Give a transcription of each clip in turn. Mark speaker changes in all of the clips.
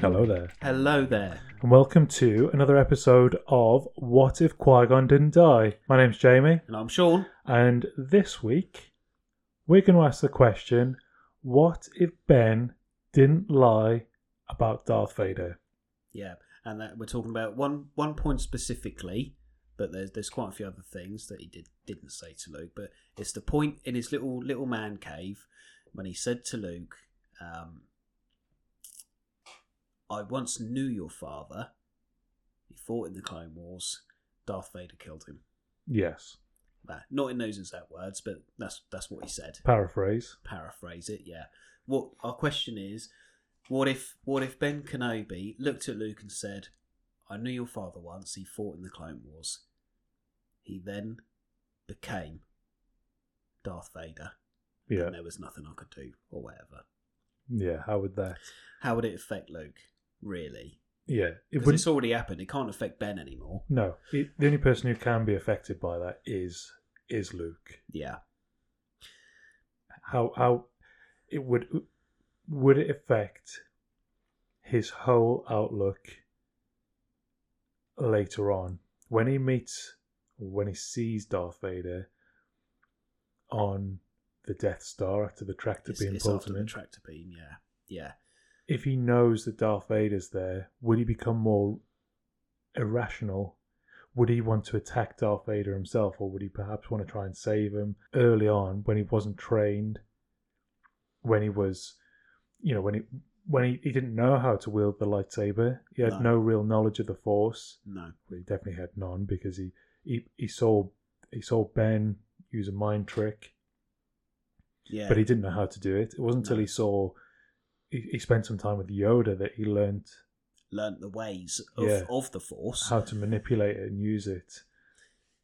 Speaker 1: Hello there,
Speaker 2: Hello there.
Speaker 1: and welcome to another episode of What If Qui Gon Didn't Die? My name's Jamie,
Speaker 2: And I'm Sean.
Speaker 1: and this week we're going to ask the question What if Ben didn't lie about Darth Vader?
Speaker 2: Yeah, and that we're talking about one one point specifically, but there's there's quite a few other things that he did didn't say to Luke. But it's the point in his little little man cave when he said to Luke, um, "I once knew your father. He fought in the Clone Wars. Darth Vader killed him."
Speaker 1: Yes,
Speaker 2: Nah, Not in those exact words, but that's that's what he said.
Speaker 1: paraphrase.
Speaker 2: paraphrase it, yeah. What our question is, what if what if Ben Kenobi looked at Luke and said, "I knew your father once. He fought in the Clone Wars. He then became Darth Vader,
Speaker 1: Yeah,
Speaker 2: and there was nothing I could do or whatever."
Speaker 1: yeah, how would that?
Speaker 2: How would it affect Luke, really?
Speaker 1: Yeah, it
Speaker 2: Because
Speaker 1: wouldn't.
Speaker 2: it's already happened. It can't affect Ben anymore.
Speaker 1: No, it, the only person who can be affected by that is is Luke.
Speaker 2: Yeah,
Speaker 1: how how it would would it affect his whole outlook later on when he meets when he sees Darth Vader on the Death Star after the tractor
Speaker 2: it's,
Speaker 1: being
Speaker 2: it's
Speaker 1: pulled
Speaker 2: after
Speaker 1: from
Speaker 2: the
Speaker 1: him.
Speaker 2: tractor beam. Yeah, yeah,
Speaker 1: if he knows that Darth Vader's there, would he become more irrational? Would he want to attack Darth Vader himself, or would he perhaps want to try and save him early on when he wasn't trained? When he was, you know, when he when he, he didn't know how to wield the lightsaber, he had
Speaker 2: No.
Speaker 1: no, real knowledge of the Force.
Speaker 2: no,
Speaker 1: Well, he definitely had none because he he, he saw he saw Ben use a mind trick
Speaker 2: yeah,
Speaker 1: but he didn't know how to do it. It wasn't until
Speaker 2: No.
Speaker 1: he saw he, he spent some time with Yoda that he learned
Speaker 2: learnt the ways of,
Speaker 1: Yeah.
Speaker 2: of the Force.
Speaker 1: how to manipulate it and use it.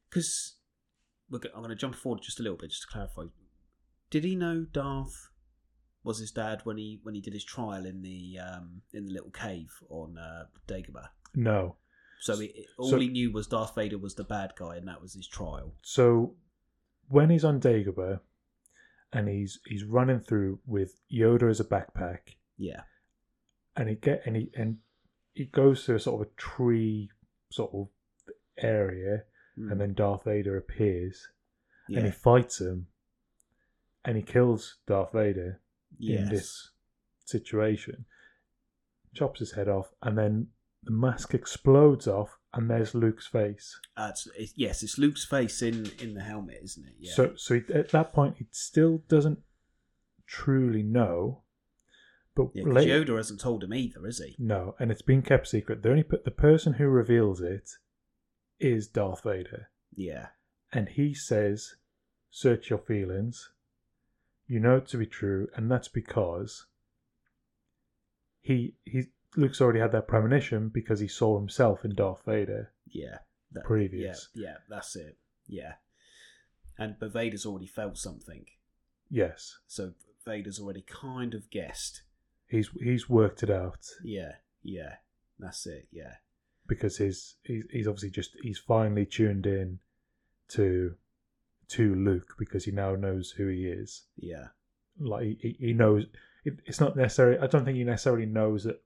Speaker 2: because we're go- I'm going to jump forward just a little bit just to clarify. Did he know Darth was his dad when he when he did his trial in the um, in the little cave on uh, Dagobah?
Speaker 1: No,
Speaker 2: So he, all
Speaker 1: So-
Speaker 2: he knew was Darth Vader was the bad guy, and that was his trial.
Speaker 1: so when he's on Dagobah and he's he's running through with Yoda as a backpack,
Speaker 2: Yeah,
Speaker 1: and he get and he and he goes through a sort of a tree sort of area, and then Darth Vader appears
Speaker 2: Hmm. yeah.
Speaker 1: and he fights him, and he kills Darth Vader. in
Speaker 2: Yes.
Speaker 1: this situation. Chops his head off, and then the mask explodes off, and there's Luke's face.
Speaker 2: Uh, it's, it's- yes, it's Luke's face in in the helmet, isn't it? Yeah,
Speaker 1: So, so he, at that point, he still doesn't truly know. But
Speaker 2: yeah. 'cause
Speaker 1: later,
Speaker 2: Yoda hasn't told him either, has he?
Speaker 1: no, and it's been kept secret. The only pe- the person who reveals it is Darth Vader,
Speaker 2: Yeah,
Speaker 1: and he says, "Search your feelings. You know it to be true, and that's because." he he Luke's already had that premonition because he saw himself in Darth Vader.
Speaker 2: yeah. That-
Speaker 1: Previous.
Speaker 2: Yeah, yeah. That's it. Yeah, and but Vader's already felt something.
Speaker 1: Yes,
Speaker 2: So Vader's already kind of guessed.
Speaker 1: he's he's worked it out
Speaker 2: Yeah, yeah, that's it. Yeah,
Speaker 1: because his he's, he's obviously just he's finally tuned in to to Luke because he now knows who he is.
Speaker 2: yeah,
Speaker 1: Like he, he- he knows it, it's not necessary. I don't think he necessarily knows that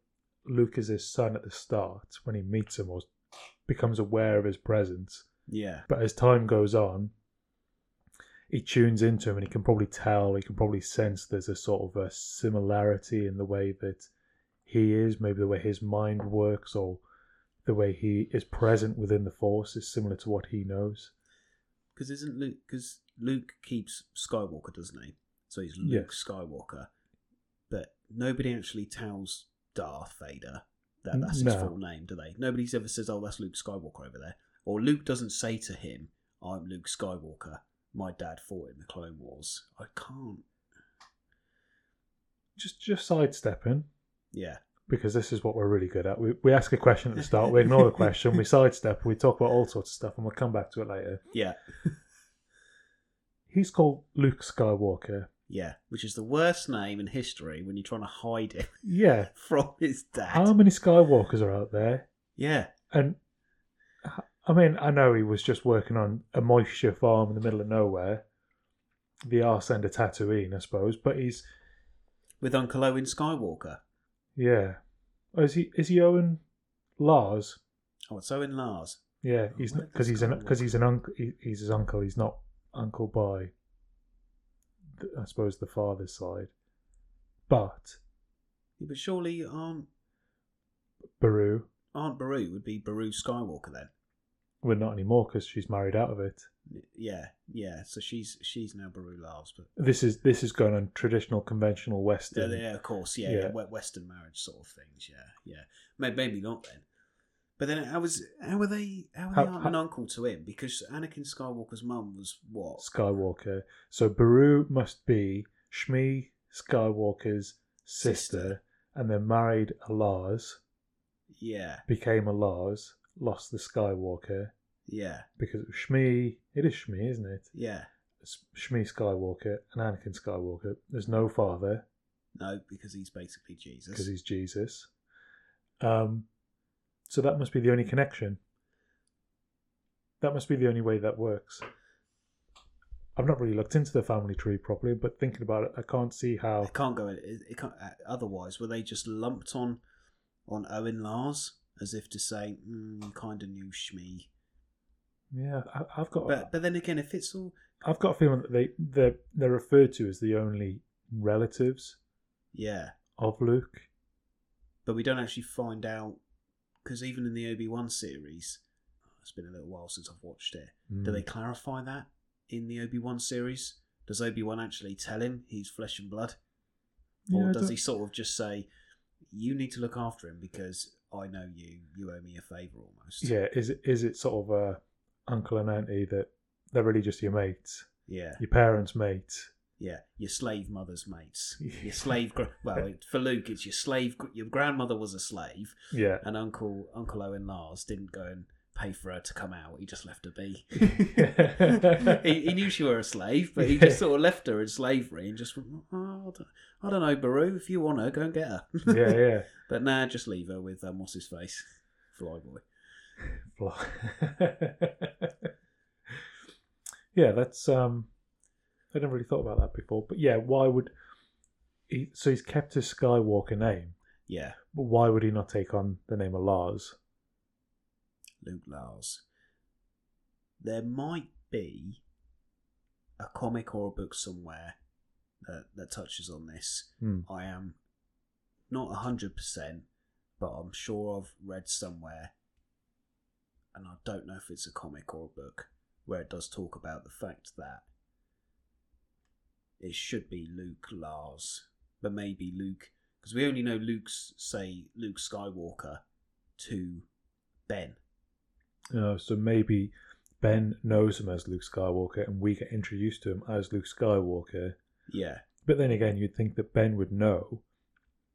Speaker 1: Luke is his son at the start when he meets him or becomes aware of his presence.
Speaker 2: yeah,
Speaker 1: But as time goes on, he tunes into him and he can probably tell, he can probably sense there's a sort of a similarity in the way that he is, maybe the way his mind works or the way he is present within the Force is similar to what he knows.
Speaker 2: because isn't Luke? Because Luke keeps Skywalker, doesn't he? So he's
Speaker 1: Yeah.
Speaker 2: Luke Skywalker, but nobody actually tells Darth Vader that
Speaker 1: N-
Speaker 2: that's his
Speaker 1: no.
Speaker 2: full name, do they? Nobody's ever says, "Oh, that's Luke Skywalker over there," or Luke doesn't say to him, "I'm Luke Skywalker. My dad fought in the Clone Wars. I can't."
Speaker 1: Just just sidestepping,
Speaker 2: Yeah,
Speaker 1: because this is what we're really good at. We, we ask a question at the start, we ignore the question, we sidestep, we talk about all sorts of stuff, and we'll come back to it later.
Speaker 2: yeah,
Speaker 1: He's called Luke Skywalker.
Speaker 2: yeah. Which is the worst name in history when you're trying to hide it.
Speaker 1: Yeah.
Speaker 2: from his dad.
Speaker 1: How many Skywalkers are out there?
Speaker 2: yeah,
Speaker 1: And I mean, I know he was just working on a moisture farm in the middle of nowhere, the arse end of Tatooine, I suppose. But he's
Speaker 2: with Uncle Owen Skywalker.
Speaker 1: yeah, Oh, is he is he Owen Lars?
Speaker 2: Oh, it's Owen Lars.
Speaker 1: Yeah,
Speaker 2: Oh,
Speaker 1: he's
Speaker 2: where
Speaker 1: because
Speaker 2: did
Speaker 1: he's
Speaker 2: this
Speaker 1: an
Speaker 2: guy
Speaker 1: because he's an uncle. He, he's his uncle. He's not uncle by, th- I suppose, the father's side. But
Speaker 2: Yeah, but surely Aunt
Speaker 1: Baru,
Speaker 2: Aunt Baru would be Baru Skywalker then.
Speaker 1: well, not anymore because she's married out of it.
Speaker 2: Yeah, yeah. So she's she's now Baru Lars, but
Speaker 1: This is this is going on traditional, conventional
Speaker 2: yeah,
Speaker 1: Western.
Speaker 2: yeah, of course, yeah,
Speaker 1: Yeah.
Speaker 2: yeah, we- Western marriage sort of things. Yeah, yeah. May- Maybe not then. But then how was how were they how were
Speaker 1: How-
Speaker 2: they aunt
Speaker 1: how-
Speaker 2: and uncle to him? Because Anakin Skywalker's mum was what?
Speaker 1: Skywalker. So Baru must be Shmi Skywalker's sister,
Speaker 2: Sister.
Speaker 1: and then married a Lars,
Speaker 2: Yeah,
Speaker 1: became a Lars, lost the Skywalker
Speaker 2: yeah,
Speaker 1: because it was Shmi. It is Shmi, isn't it?
Speaker 2: yeah.
Speaker 1: It's Shmi Skywalker and Anakin Skywalker. There's no father
Speaker 2: No, because he's basically Jesus.
Speaker 1: because he's Jesus. Um, so that must be the only connection. That must be the only way that works. I've not really looked into the family tree properly, but thinking about it, I can't see how.
Speaker 2: It can't go. It, it can't, uh, otherwise, were they just lumped on on Owen Lars as if to say, mm, kind of new Shmi?
Speaker 1: Yeah, I, I've got.
Speaker 2: But but then again, if it's all
Speaker 1: I've got a feeling that they they're, they're referred to as the only relatives
Speaker 2: yeah,
Speaker 1: of Luke.
Speaker 2: but we don't actually find out because even in the Obi wan series, it's been a little while since I've watched it. Do
Speaker 1: Mm.
Speaker 2: they clarify that in the Obi wan series? Does Obi wan actually tell him he's flesh and blood,
Speaker 1: Yeah,
Speaker 2: or
Speaker 1: I
Speaker 2: does
Speaker 1: don't-
Speaker 2: he sort of just say, "You need to look after him because I know you. You owe me a favor almost."
Speaker 1: Yeah, is it is it sort of uh, uncle and auntie that they're really just your mates,
Speaker 2: yeah.
Speaker 1: your parents' mates?
Speaker 2: Yeah, your slave mother's mates.
Speaker 1: Yeah.
Speaker 2: Your slave, gra- well, it- for Luke, it's your slave. gr- Your grandmother was a slave,
Speaker 1: Yeah,
Speaker 2: and Uncle Uncle Owen Lars didn't go and pay for her to come out. He just left her be. he, he knew she were a slave, but he just sort of left her in slavery and just went, oh, I, don't, I don't know, Baru. If you want her, go and get her.
Speaker 1: yeah, yeah.
Speaker 2: but nah, just leave her with um, what's his face, Flyboy.
Speaker 1: Blah. yeah, that's um I never really thought about that before. But yeah, why would he so he's kept his Skywalker name,
Speaker 2: Yeah,
Speaker 1: but why would he not take on the name of Lars?
Speaker 2: Luke Lars. There might be a comic or a book somewhere that, that touches on this.
Speaker 1: Hmm.
Speaker 2: I am not 100%, but I'm sure I've read somewhere, and I don't know if it's a comic or a book, where it does talk about the fact that it should be Luke Lars, but maybe Luke, because we only know Luke's, say, Luke Skywalker to Ben.
Speaker 1: You know, so maybe Ben knows him as Luke Skywalker and we get introduced to him as Luke Skywalker.
Speaker 2: Yeah,
Speaker 1: But then again you'd think that Ben would know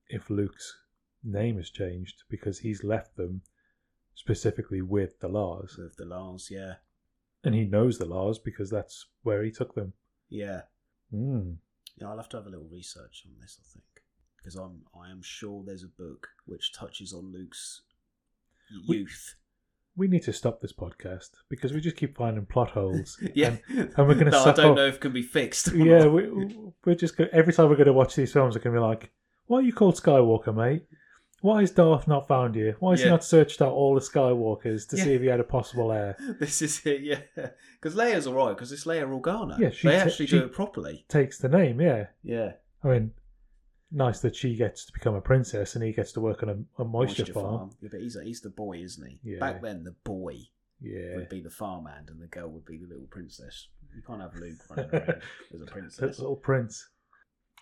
Speaker 1: if Luke's name has changed because he's left them specifically with the Lars.
Speaker 2: with the Lars, yeah.
Speaker 1: And he knows the Lars because that's where he took them.
Speaker 2: Yeah. Hmm.
Speaker 1: Mm.
Speaker 2: Yeah, I'll have to have a little research on this, I think, because I'm I am sure there's a book which touches on Luke's
Speaker 1: We-
Speaker 2: youth.
Speaker 1: We need to stop this podcast because we just keep finding plot holes.
Speaker 2: yeah,
Speaker 1: and we're gonna
Speaker 2: that I
Speaker 1: suck
Speaker 2: don't
Speaker 1: up-
Speaker 2: know if can be fixed. or
Speaker 1: And, yeah,
Speaker 2: not.
Speaker 1: we, we're just go- every time we're going to watch these films, we're going to be like, "Why are you called Skywalker, mate? Why is Darth not found here? Why has he
Speaker 2: Yeah.
Speaker 1: not searched out all the Skywalkers to see
Speaker 2: Yeah.
Speaker 1: if he had a possible heir?
Speaker 2: this is it. Yeah, because Leia's all right because it's Leia Organa.
Speaker 1: Yeah, she
Speaker 2: they
Speaker 1: ta-
Speaker 2: actually
Speaker 1: she-
Speaker 2: do it properly.
Speaker 1: Takes the name, yeah.
Speaker 2: Yeah,
Speaker 1: I mean, nice that she gets to become a princess and he gets to work on a, a moisture, farm.
Speaker 2: Yeah, but he's he's the boy, isn't he?
Speaker 1: Yeah.
Speaker 2: Back then, the boy
Speaker 1: Yeah,
Speaker 2: would be the farmhand and the girl would be the little princess. You can't have Luke running around as a
Speaker 1: that
Speaker 2: princess.
Speaker 1: little prince.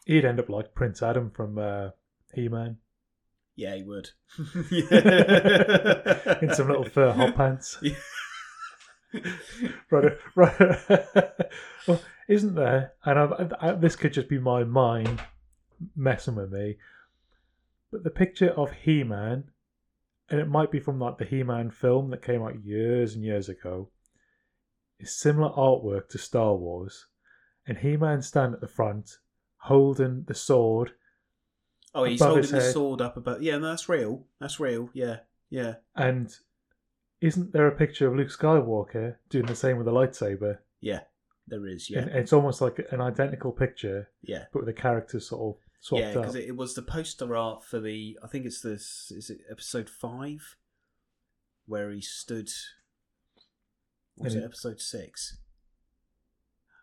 Speaker 1: He'd end up like Prince Adam from uh, He-Man
Speaker 2: Yeah, he would.
Speaker 1: in some little fur hot pants.
Speaker 2: pants.
Speaker 1: Right, right. well, isn't there? And I've, I, this could just be my mind messing with me. But the picture of He-Man, and it might be from like the He-Man film that came out years and years ago, is similar artwork to Star Wars, and He-Man stand at the front holding the sword.
Speaker 2: Oh, he's
Speaker 1: above
Speaker 2: holding
Speaker 1: his
Speaker 2: the
Speaker 1: head.
Speaker 2: sword up above. Yeah, no, that's real. That's real. Yeah, yeah,
Speaker 1: And isn't there a picture of Luke Skywalker doing the same with a lightsaber?
Speaker 2: yeah. There is. Yeah,
Speaker 1: And it's almost like an identical picture,
Speaker 2: yeah,
Speaker 1: but with the characters sort of swapped
Speaker 2: yeah, because
Speaker 1: out.
Speaker 2: it, it was the poster art for the. I think it's this. Is it episode five, where he stood? Was
Speaker 1: And
Speaker 2: it
Speaker 1: he-
Speaker 2: episode six?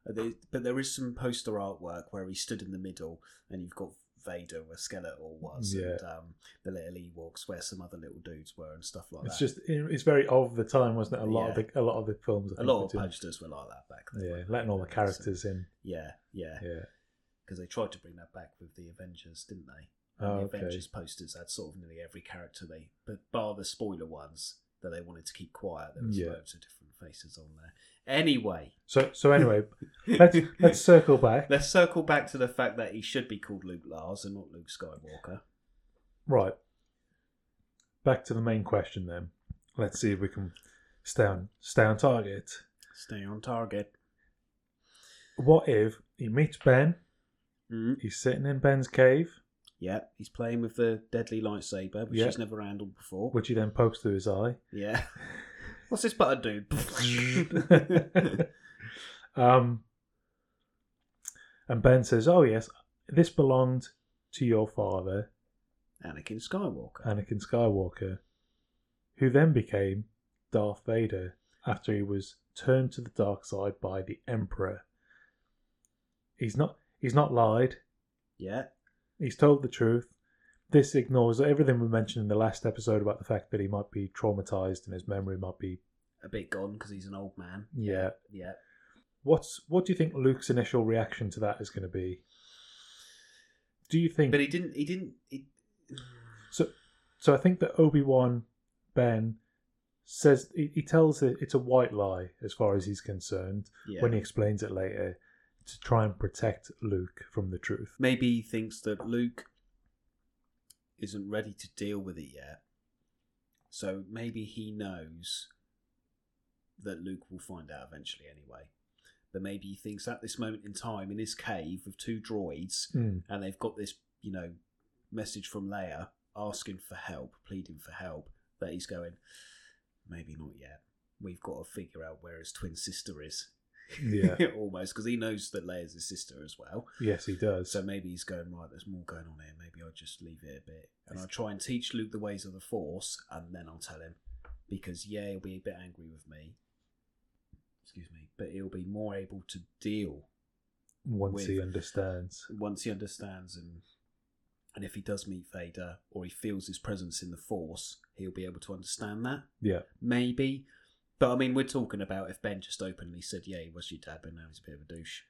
Speaker 2: Uh, there- But there is some poster artwork where he stood in the middle, and you've got Vader, where Skeletor was, and um, the little Ewoks, where some other little dudes were, and stuff like
Speaker 1: it's
Speaker 2: that.
Speaker 1: just it- it's very of the time, wasn't it? A lot
Speaker 2: Yeah.
Speaker 1: of the a lot of the films. I
Speaker 2: a
Speaker 1: think,
Speaker 2: lot
Speaker 1: were
Speaker 2: of
Speaker 1: doing-
Speaker 2: posters were like that back then.
Speaker 1: Yeah,
Speaker 2: weren't
Speaker 1: letting all the
Speaker 2: they? So-
Speaker 1: characters in.
Speaker 2: yeah, yeah,
Speaker 1: Yeah,
Speaker 2: because they tried to bring that back with the Avengers, didn't they?
Speaker 1: Oh,
Speaker 2: the
Speaker 1: okay.
Speaker 2: Avengers posters had sort of nearly every character they, but bar the spoiler ones that they wanted to keep quiet, there was
Speaker 1: Yeah.
Speaker 2: loads of different faces on there. Anyway,
Speaker 1: So so anyway, let's let's circle back.
Speaker 2: let's circle back to the fact that he should be called Luke Lars and not Luke Skywalker.
Speaker 1: Right. Back to the main question then. Let's see if we can stay on stay on target.
Speaker 2: Stay on target.
Speaker 1: What if he meets Ben?
Speaker 2: Mm.
Speaker 1: He's sitting in Ben's cave,
Speaker 2: Yeah, he's playing with the deadly lightsaber, which
Speaker 1: Yeah.
Speaker 2: he's never handled before.
Speaker 1: which he then pokes through his eye.
Speaker 2: Yeah. What's this button do?
Speaker 1: um, and Ben says, "Oh yes, this belonged to your father,
Speaker 2: Anakin Skywalker.
Speaker 1: Anakin Skywalker, who then became Darth Vader after he was turned to the dark side by the Emperor. He's not. He's not lied.
Speaker 2: yeah.
Speaker 1: He's told the truth. This ignores everything we mentioned in the last episode about the fact that he might be traumatized and his memory might be
Speaker 2: a bit gone because he's an old man.
Speaker 1: yeah."
Speaker 2: Yeah.
Speaker 1: What's what do you think Luke's initial reaction to that is going to be? Do you think
Speaker 2: But he didn't. He didn't. He,
Speaker 1: so? So I think that Obi Wan Ben says he, he tells it it's a white lie as far as he's concerned
Speaker 2: yeah.
Speaker 1: when he explains it later to try and protect Luke from the truth.
Speaker 2: Maybe he thinks that Luke isn't ready to deal with it yet. So maybe he knows that Luke will find out eventually anyway. But maybe he thinks at this moment in time in his cave with two droids
Speaker 1: Mm,
Speaker 2: and they've got this, you know, message from Leia asking for help, pleading for help, that he's going, maybe not yet. We've got to figure out where his twin sister is.
Speaker 1: yeah,
Speaker 2: Almost, because he knows that Leia's his sister as well.
Speaker 1: yes, he does.
Speaker 2: So maybe he's going, right, there's more going on here. Maybe I'll just leave it a bit. And I'll try and teach Luke the ways of the Force, and then I'll tell him. Because, yeah, he'll be a bit angry with me. Excuse me. But he'll be more able to deal
Speaker 1: Once he
Speaker 2: with-
Speaker 1: understands,
Speaker 2: once he understands and and if he does meet Vader or he feels his presence in the Force, he'll be able to understand that.
Speaker 1: yeah,
Speaker 2: Maybe. But I mean, we're talking about if Ben just openly said, yeah, he was your dad, but now he's a bit of a douche.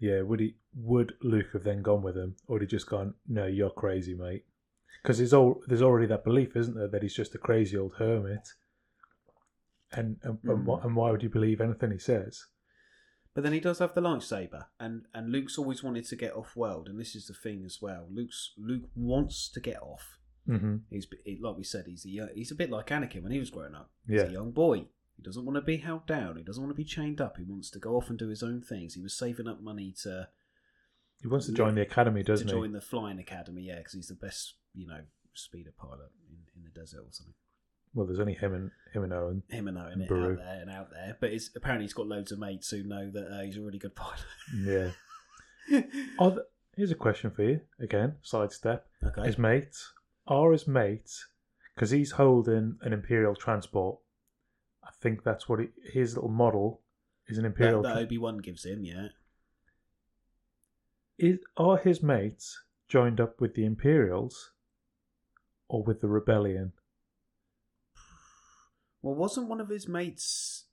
Speaker 1: yeah. Would he? Would Luke have then gone with him, or would he just gone? No, you're crazy, mate. Because there's all there's already that belief, isn't there, that he's just a crazy old hermit. And and, and, why,
Speaker 2: Mm.
Speaker 1: and why would you believe anything he says?
Speaker 2: But then he does have the lightsaber, and, and Luke's always wanted to get off world, and this is the thing as well. Luke's Luke wants to get off.
Speaker 1: Mm-hmm.
Speaker 2: He's he, like we said, he's a, yo- he's a bit like Anakin when he was growing up.
Speaker 1: Yeah,
Speaker 2: He's a young boy. He doesn't want to be held down. He doesn't want to be chained up. He wants to go off and do his own things. He was saving up money to
Speaker 1: he wants to join the academy, doesn't
Speaker 2: to
Speaker 1: he?
Speaker 2: join the flying academy, yeah, because he's the best, you know, speeder pilot in, in the desert or something.
Speaker 1: Well, there's only him and him and Owen.
Speaker 2: Him and Owen it
Speaker 1: Baru.
Speaker 2: out there and out there, but it's, apparently he's got loads of mates who know that uh, he's a really good pilot.
Speaker 1: Yeah. Are th- here's a question for you again. Sidestep.
Speaker 2: okay,
Speaker 1: His mates are his mates because he's holding an imperial transport. I think that's what he, his little model is an imperial.
Speaker 2: that, that
Speaker 1: tra-
Speaker 2: Obi Wan gives him, yeah.
Speaker 1: is are his mates joined up with the Imperials or with the rebellion?
Speaker 2: Well, wasn't one of his mates?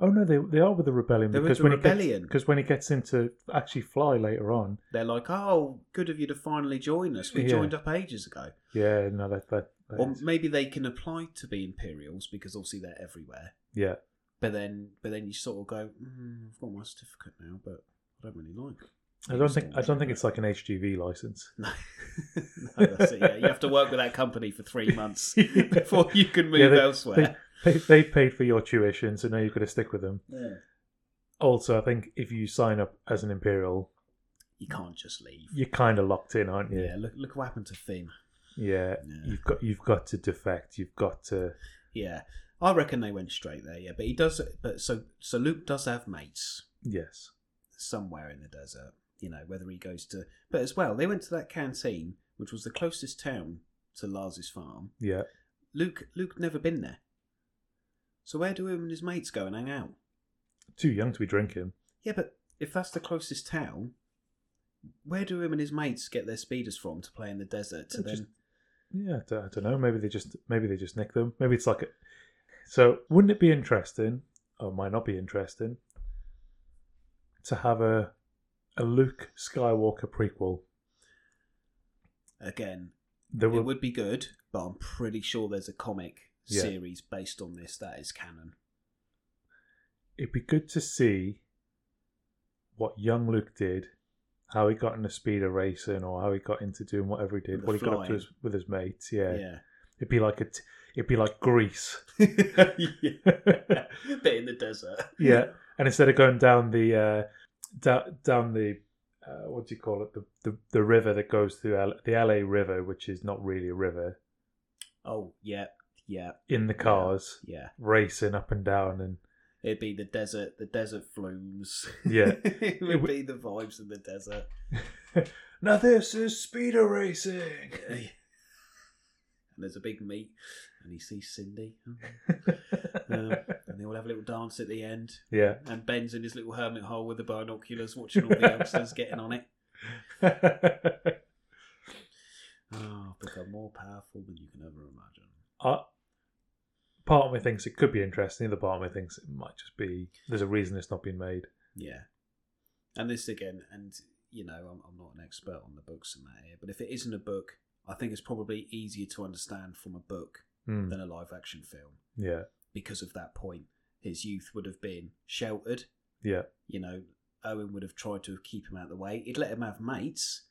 Speaker 1: Oh no, they they are with the rebellion
Speaker 2: They're with
Speaker 1: because
Speaker 2: the
Speaker 1: when
Speaker 2: rebellion.
Speaker 1: because when he gets him to actually fly later on,
Speaker 2: They're like, oh, good of you to finally join us. We
Speaker 1: Yeah.
Speaker 2: joined up ages ago.
Speaker 1: yeah, no, that that, that
Speaker 2: Or
Speaker 1: is-
Speaker 2: maybe they can apply to be Imperials because obviously they're everywhere.
Speaker 1: yeah,
Speaker 2: But then, but then you sort of go, mm, I've got my certificate now, but I don't really like.
Speaker 1: I don't think I don't think it's like an HGV license.
Speaker 2: No, no that's it. Yeah, you have to work with that company for three months before you can move
Speaker 1: Yeah, they-
Speaker 2: elsewhere.
Speaker 1: They they paid for your tuition, so now you've got to stick with them.
Speaker 2: Yeah.
Speaker 1: Also, I think if you sign up as an Imperial,
Speaker 2: You can't just leave.
Speaker 1: you're kind of locked in, aren't
Speaker 2: Yeah,
Speaker 1: you?
Speaker 2: look, look what happened to Finn.
Speaker 1: yeah.
Speaker 2: Yeah.
Speaker 1: You've got you've got to defect. You've got to
Speaker 2: Yeah, I reckon they went straight there. Yeah, but he does. But so so Luke does have mates
Speaker 1: yes.
Speaker 2: somewhere in the desert. you know, whether he goes to. But as well, they went to that canteen, which was the closest town to Lars's farm.
Speaker 1: Yeah.
Speaker 2: Luke Luke never been there. So where do him and his mates go and hang out?
Speaker 1: Too young to be drinking.
Speaker 2: Yeah, but if that's the closest town, where do him and his mates get their speeders from to play in the desert to
Speaker 1: They're just-
Speaker 2: then
Speaker 1: Yeah, I don't, I don't know. Maybe they just maybe they just nick them. Maybe it's like a. So wouldn't it be interesting, or might not be interesting, to have a a Luke Skywalker prequel?
Speaker 2: again?
Speaker 1: There
Speaker 2: It
Speaker 1: were
Speaker 2: would be good, but I'm pretty sure there's a comic
Speaker 1: Yeah.
Speaker 2: series based on this that is canon.
Speaker 1: it'd be good to see what young Luke did, how he got into speeder racing, or how he got into doing whatever he did,
Speaker 2: The
Speaker 1: what he got up to
Speaker 2: flying.
Speaker 1: his, with his mates. Yeah.
Speaker 2: Yeah.
Speaker 1: it'd be like a t- it'd be like Greece.
Speaker 2: yeah. Bit in the desert.
Speaker 1: Yeah, and instead of going down the uh, da- down the uh, what do you call it the the, the river that goes through L- the LA River, which is not really a river,
Speaker 2: Oh yeah, yeah,
Speaker 1: in the cars
Speaker 2: yeah.
Speaker 1: racing up and down, and
Speaker 2: It'd be the desert, the desert flumes.
Speaker 1: Yeah.
Speaker 2: it
Speaker 1: It
Speaker 2: would
Speaker 1: would-
Speaker 2: be the vibes of the desert.
Speaker 1: now this is speeder racing.
Speaker 2: and there's a big meet, and he sees Cindy, Oh, um, and they all have a little dance at the end.
Speaker 1: yeah,
Speaker 2: And Ben's in his little hermit hole with the binoculars, watching all the youngsters getting on it.
Speaker 1: I
Speaker 2: Oh, become more powerful than you can ever imagine.
Speaker 1: part of me thinks it could be interesting. The other part of me thinks it might just be there's a reason it's not been made.
Speaker 2: Yeah. And this again, and you know, I'm, I'm not an expert on the books and that here, but if it isn't a book, I think it's probably easier to understand from a book
Speaker 1: Hmm,
Speaker 2: than a live action film
Speaker 1: yeah,
Speaker 2: because of that point. His youth would have been sheltered.
Speaker 1: yeah,
Speaker 2: You know, Owen would have tried to keep him out of the way. He'd let him have mates,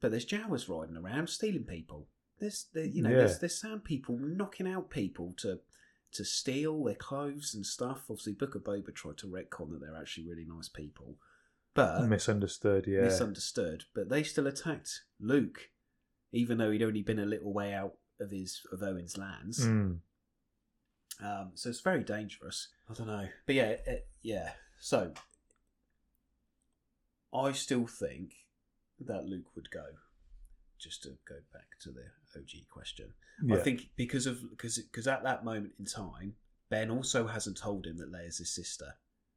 Speaker 2: but there's Jawas riding around stealing people. There's, there, you know,
Speaker 1: Yeah.
Speaker 2: there's, there's sound people knocking out people to to steal their clothes and stuff. Obviously, Book of Boba tried to retcon that they're actually really nice people, but
Speaker 1: misunderstood. Mm, Yeah,
Speaker 2: Uh, misunderstood. But they still attacked Luke, even though he'd only been a little way out of his of Owen's lands.
Speaker 1: Hmm,
Speaker 2: Um, so it's very dangerous. I don't know, but yeah, it, yeah. So I still think that Luke would go. Just to go back to the OG question,
Speaker 1: yeah.
Speaker 2: I think because of because because at that moment in time, Ben also hasn't told him that Leia's his sister.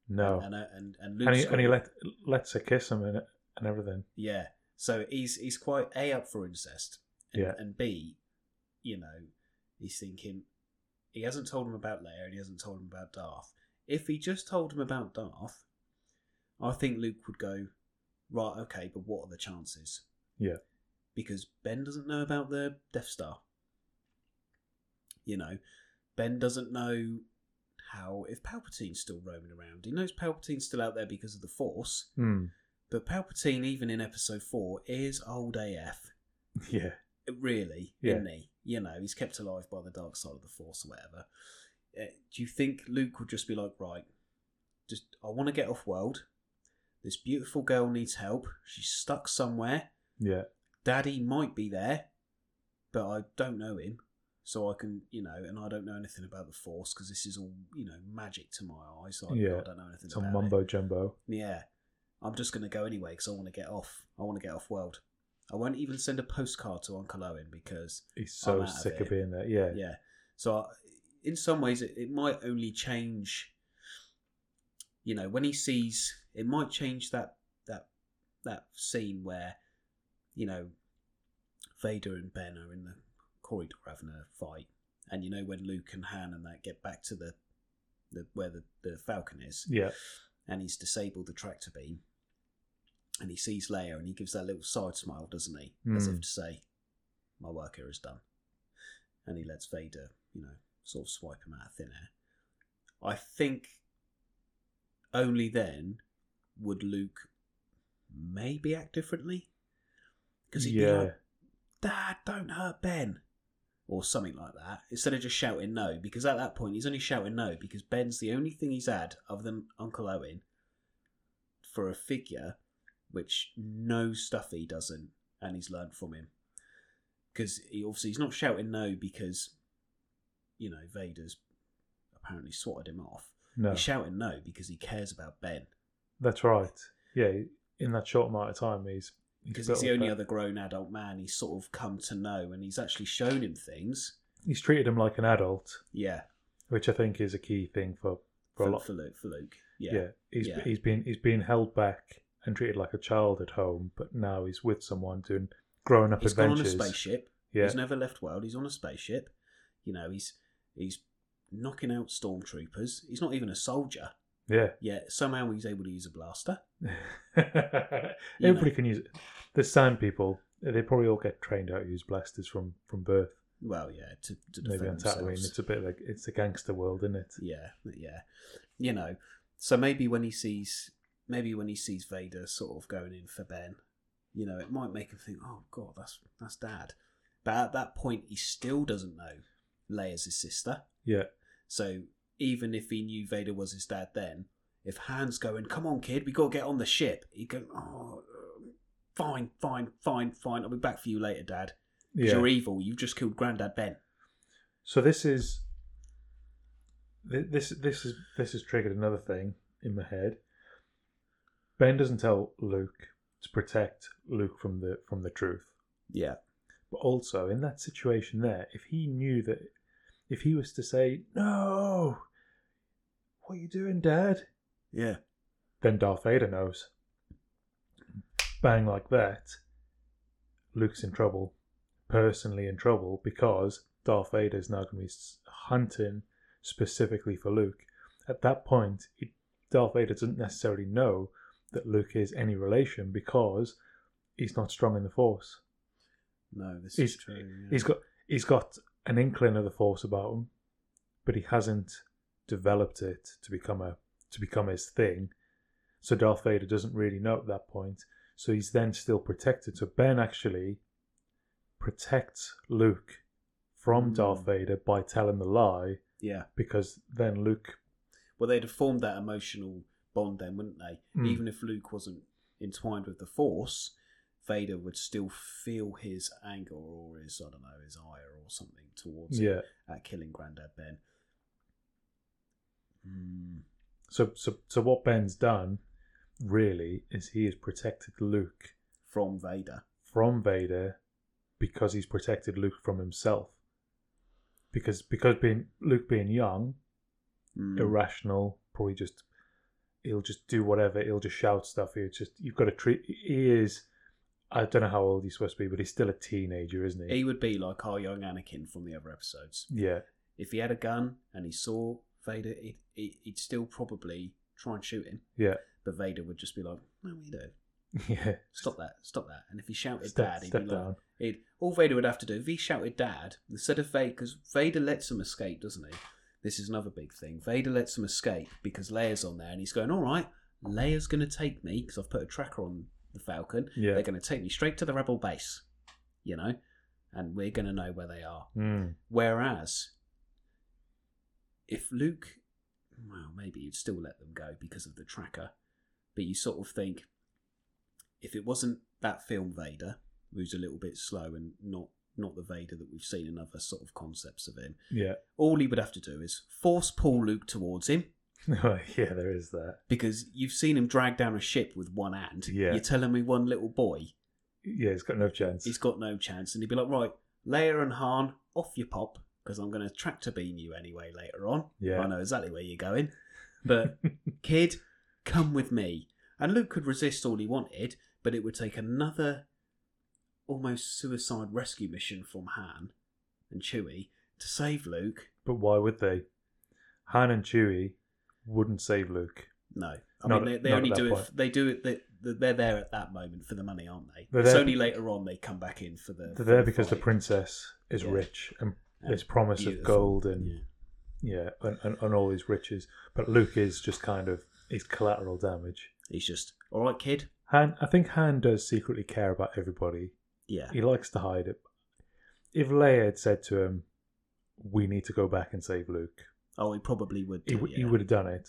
Speaker 1: no.
Speaker 2: and and and, and,
Speaker 1: Oh. and
Speaker 2: Luke's
Speaker 1: he,
Speaker 2: got-
Speaker 1: and he let lets her kiss him and, and everything.
Speaker 2: Yeah. So he's he's quite a up for incest, and,
Speaker 1: Yeah.
Speaker 2: and b, you know, he's thinking he hasn't told him about Leia and he hasn't told him about Darth. If he just told him about Darth, I think Luke would go, right, okay, but what are the chances?
Speaker 1: Yeah.
Speaker 2: because Ben doesn't know about the Death Star. You know, Ben doesn't know how if Palpatine's still roaming around. He knows Palpatine's still out there because of the Force.
Speaker 1: Hmm.
Speaker 2: But Palpatine, even in episode four, is old AF.
Speaker 1: Yeah,
Speaker 2: Really,
Speaker 1: Yeah.
Speaker 2: isn't he? You know, he's kept alive by the dark side of the Force or whatever. Uh, do you think Luke would just be like, right, just I want to get off world. This beautiful girl needs help. She's stuck somewhere.
Speaker 1: yeah,
Speaker 2: Daddy might be there, but I don't know him. So I can, you know, and I don't know anything about the Force because this is all, you know, magic to my eyes. I,
Speaker 1: Yeah.
Speaker 2: I don't know anything
Speaker 1: it's a
Speaker 2: about it.
Speaker 1: mumbo jumbo.
Speaker 2: Yeah. I'm just going to go anyway because I want to get off. I want to get off world. I won't even send a postcard to Uncle Owen because,
Speaker 1: He's so
Speaker 2: I'm out of
Speaker 1: sick of,
Speaker 2: it.
Speaker 1: being there. Yeah,
Speaker 2: yeah. So, I, in some ways, it, it might only change, you know, when he sees, it might change that, that, that scene where, you know, Vader and Ben are in the corridor having a fight. And you know when Luke and Han and that get back to the, the where the, the Falcon is,
Speaker 1: yeah,
Speaker 2: and he's disabled the tractor beam. And he sees Leia and he gives that little side smile, doesn't he? As
Speaker 1: Hmm.
Speaker 2: if to say, My work here is done. And he lets Vader, you know, sort of swipe him out of thin air. I think only then would Luke maybe act differently. Because he'd be
Speaker 1: yeah.
Speaker 2: like, Dad, don't hurt Ben. Or something like that. Instead of just shouting no, because at that point he's only shouting no because Ben's the only thing he's had other than Uncle Owen for a figure which knows stuff he doesn't and he's learned from him. Because he obviously he's not shouting no because, you know, Vader's apparently swatted him off.
Speaker 1: no,
Speaker 2: He's shouting no because he cares about Ben.
Speaker 1: that's right. Yeah, in that short amount of time, he's he's
Speaker 2: because
Speaker 1: built
Speaker 2: he's the
Speaker 1: up
Speaker 2: only
Speaker 1: a-
Speaker 2: other grown adult man he's sort of come to know, and he's actually shown him things.
Speaker 1: He's treated him like an adult,
Speaker 2: Yeah,
Speaker 1: which I think is a key thing for for
Speaker 2: for,
Speaker 1: a lot.
Speaker 2: for Luke, for Luke.
Speaker 1: yeah.
Speaker 2: Yeah, yeah,
Speaker 1: he's
Speaker 2: yeah.
Speaker 1: he's been he's been held back and treated like a child at home, but now he's with someone doing growing up
Speaker 2: he's gone on a
Speaker 1: adventures.
Speaker 2: spaceship.
Speaker 1: yeah,
Speaker 2: He's never left world. He's on a spaceship. You know, he's he's knocking out stormtroopers. He's not even a soldier.
Speaker 1: yeah.
Speaker 2: Yet somehow he's able to use a blaster. You
Speaker 1: Everybody can use it. The sand people, they probably all get trained how to use blasters from from birth.
Speaker 2: know. Well, yeah, to, to defend
Speaker 1: Maybe on Tatooine,
Speaker 2: themselves.
Speaker 1: it's a bit like it's a gangster world, isn't it?
Speaker 2: Yeah, yeah. You know, so maybe when he sees, maybe when he sees Vader sort of going in for Ben, you know, it might make him think, oh god, that's that's Dad. But at that point, he still doesn't know Leia's his sister.
Speaker 1: Yeah,
Speaker 2: So even if he knew Vader was his dad then, if Han's going, come on, kid, we got to get on the ship, he'd go, oh, fine, fine, fine, fine, I'll be back for you later, Dad. 'Cause
Speaker 1: yeah.
Speaker 2: You're evil. You've just killed Granddad Ben.
Speaker 1: So this is thi- this this is this has triggered another thing in my head. Ben doesn't tell Luke to protect Luke from the from the truth,
Speaker 2: Yeah.
Speaker 1: but also in that situation there, if he knew that, if he was to say no, what are you doing, Dad?
Speaker 2: Yeah.
Speaker 1: Then Darth Vader knows. Bang like that, Luke's in trouble, personally in trouble, because Darth Vader is now going to be s- hunting specifically for Luke. At that point, it, Darth Vader doesn't necessarily know that Luke is any relation because he's not strong in the Force.
Speaker 2: No, this
Speaker 1: He's-
Speaker 2: is true. yeah.
Speaker 1: He's got he's got an inkling of the Force about him, but he hasn't developed it to become a to become his thing. So Darth Vader doesn't really know at that point. So he's then still protected. So Ben actually protects Luke from
Speaker 2: Hmm.
Speaker 1: Darth Vader by telling the lie,
Speaker 2: yeah.
Speaker 1: because then Luke
Speaker 2: Well, they'd have formed that emotional bond then, wouldn't they?
Speaker 1: Mm.
Speaker 2: Even if Luke wasn't entwined with the Force, Vader would still feel his anger or his, I don't know, his ire or something towards him
Speaker 1: yeah.
Speaker 2: at killing Grandad Ben. Mm.
Speaker 1: So so so what Ben's done really is he has protected Luke
Speaker 2: From Vader.
Speaker 1: from Vader because he's protected Luke from himself. Because because being Luke being young,
Speaker 2: Mm.
Speaker 1: irrational, probably just he'll just do whatever, he'll just shout stuff. He'll just you've got to treat he is I don't know how old he's supposed to be, but he's still a teenager, isn't he?
Speaker 2: He would be like our young Anakin from the other episodes.
Speaker 1: yeah.
Speaker 2: If he had a gun and he saw Vader, he'd, he'd he'd still probably try and shoot him.
Speaker 1: Yeah.
Speaker 2: But Vader would just be like, no, what are you doing?
Speaker 1: Yeah.
Speaker 2: Stop that, stop that. And if he shouted
Speaker 1: Step,
Speaker 2: dad, he'd
Speaker 1: step
Speaker 2: be like,
Speaker 1: down.
Speaker 2: It all Vader would have to do if he shouted "Dad" instead of Vader, because Vader lets him escape, doesn't he? This is another big thing. Vader lets him escape because Leia's on there, and he's going, "All right, Leia's going to take me because I've put a tracker on the Falcon.
Speaker 1: Yeah.
Speaker 2: They're going to take me straight to the Rebel base, you know, and we're going to know where they are."
Speaker 1: Mm.
Speaker 2: Whereas, if Luke, well, maybe you'd still let them go because of the tracker, but you sort of think if it wasn't that film Vader, who's a little bit slow and not not the Vader that we've seen in other sort of concepts of him,
Speaker 1: Yeah.
Speaker 2: all he would have to do is force pull Luke towards him
Speaker 1: yeah, there is that.
Speaker 2: because you've seen him drag down a ship with one hand.
Speaker 1: Yeah.
Speaker 2: You're telling me one little boy,
Speaker 1: Yeah, he's got no chance.
Speaker 2: he's got no chance, and he'd be like, right, Leia and Han, off you pop. Because I'm going to tractor beam you anyway later on.
Speaker 1: Yeah.
Speaker 2: I know exactly where you're going. But kid, come with me. And Luke could resist all he wanted, but it would take another almost suicide rescue mission from Han and Chewie to save Luke.
Speaker 1: But why would they? Han and Chewie wouldn't save Luke.
Speaker 2: No, I
Speaker 1: Not
Speaker 2: mean
Speaker 1: at-
Speaker 2: they, they
Speaker 1: not
Speaker 2: only
Speaker 1: at that
Speaker 2: do it.
Speaker 1: point.
Speaker 2: f They do it. They, they're there at that moment for the money, aren't they?
Speaker 1: They're
Speaker 2: it's
Speaker 1: there-
Speaker 2: only later on they come back in for the.
Speaker 1: They're there because the
Speaker 2: fight.
Speaker 1: princess is
Speaker 2: Yeah.
Speaker 1: rich and
Speaker 2: And
Speaker 1: there's promise of
Speaker 2: beautiful.
Speaker 1: gold and
Speaker 2: Yeah.
Speaker 1: yeah, and, and, and all these riches. But Luke is just kind of he's collateral damage.
Speaker 2: He's just all right, kid.
Speaker 1: Han, I think Han does secretly care about everybody.
Speaker 2: Yeah,
Speaker 1: He likes to hide it. If Leia had said to him, "We need to go back and save Luke,"
Speaker 2: Oh, he probably would.
Speaker 1: he,
Speaker 2: Do,
Speaker 1: w he
Speaker 2: yeah.
Speaker 1: would have done it.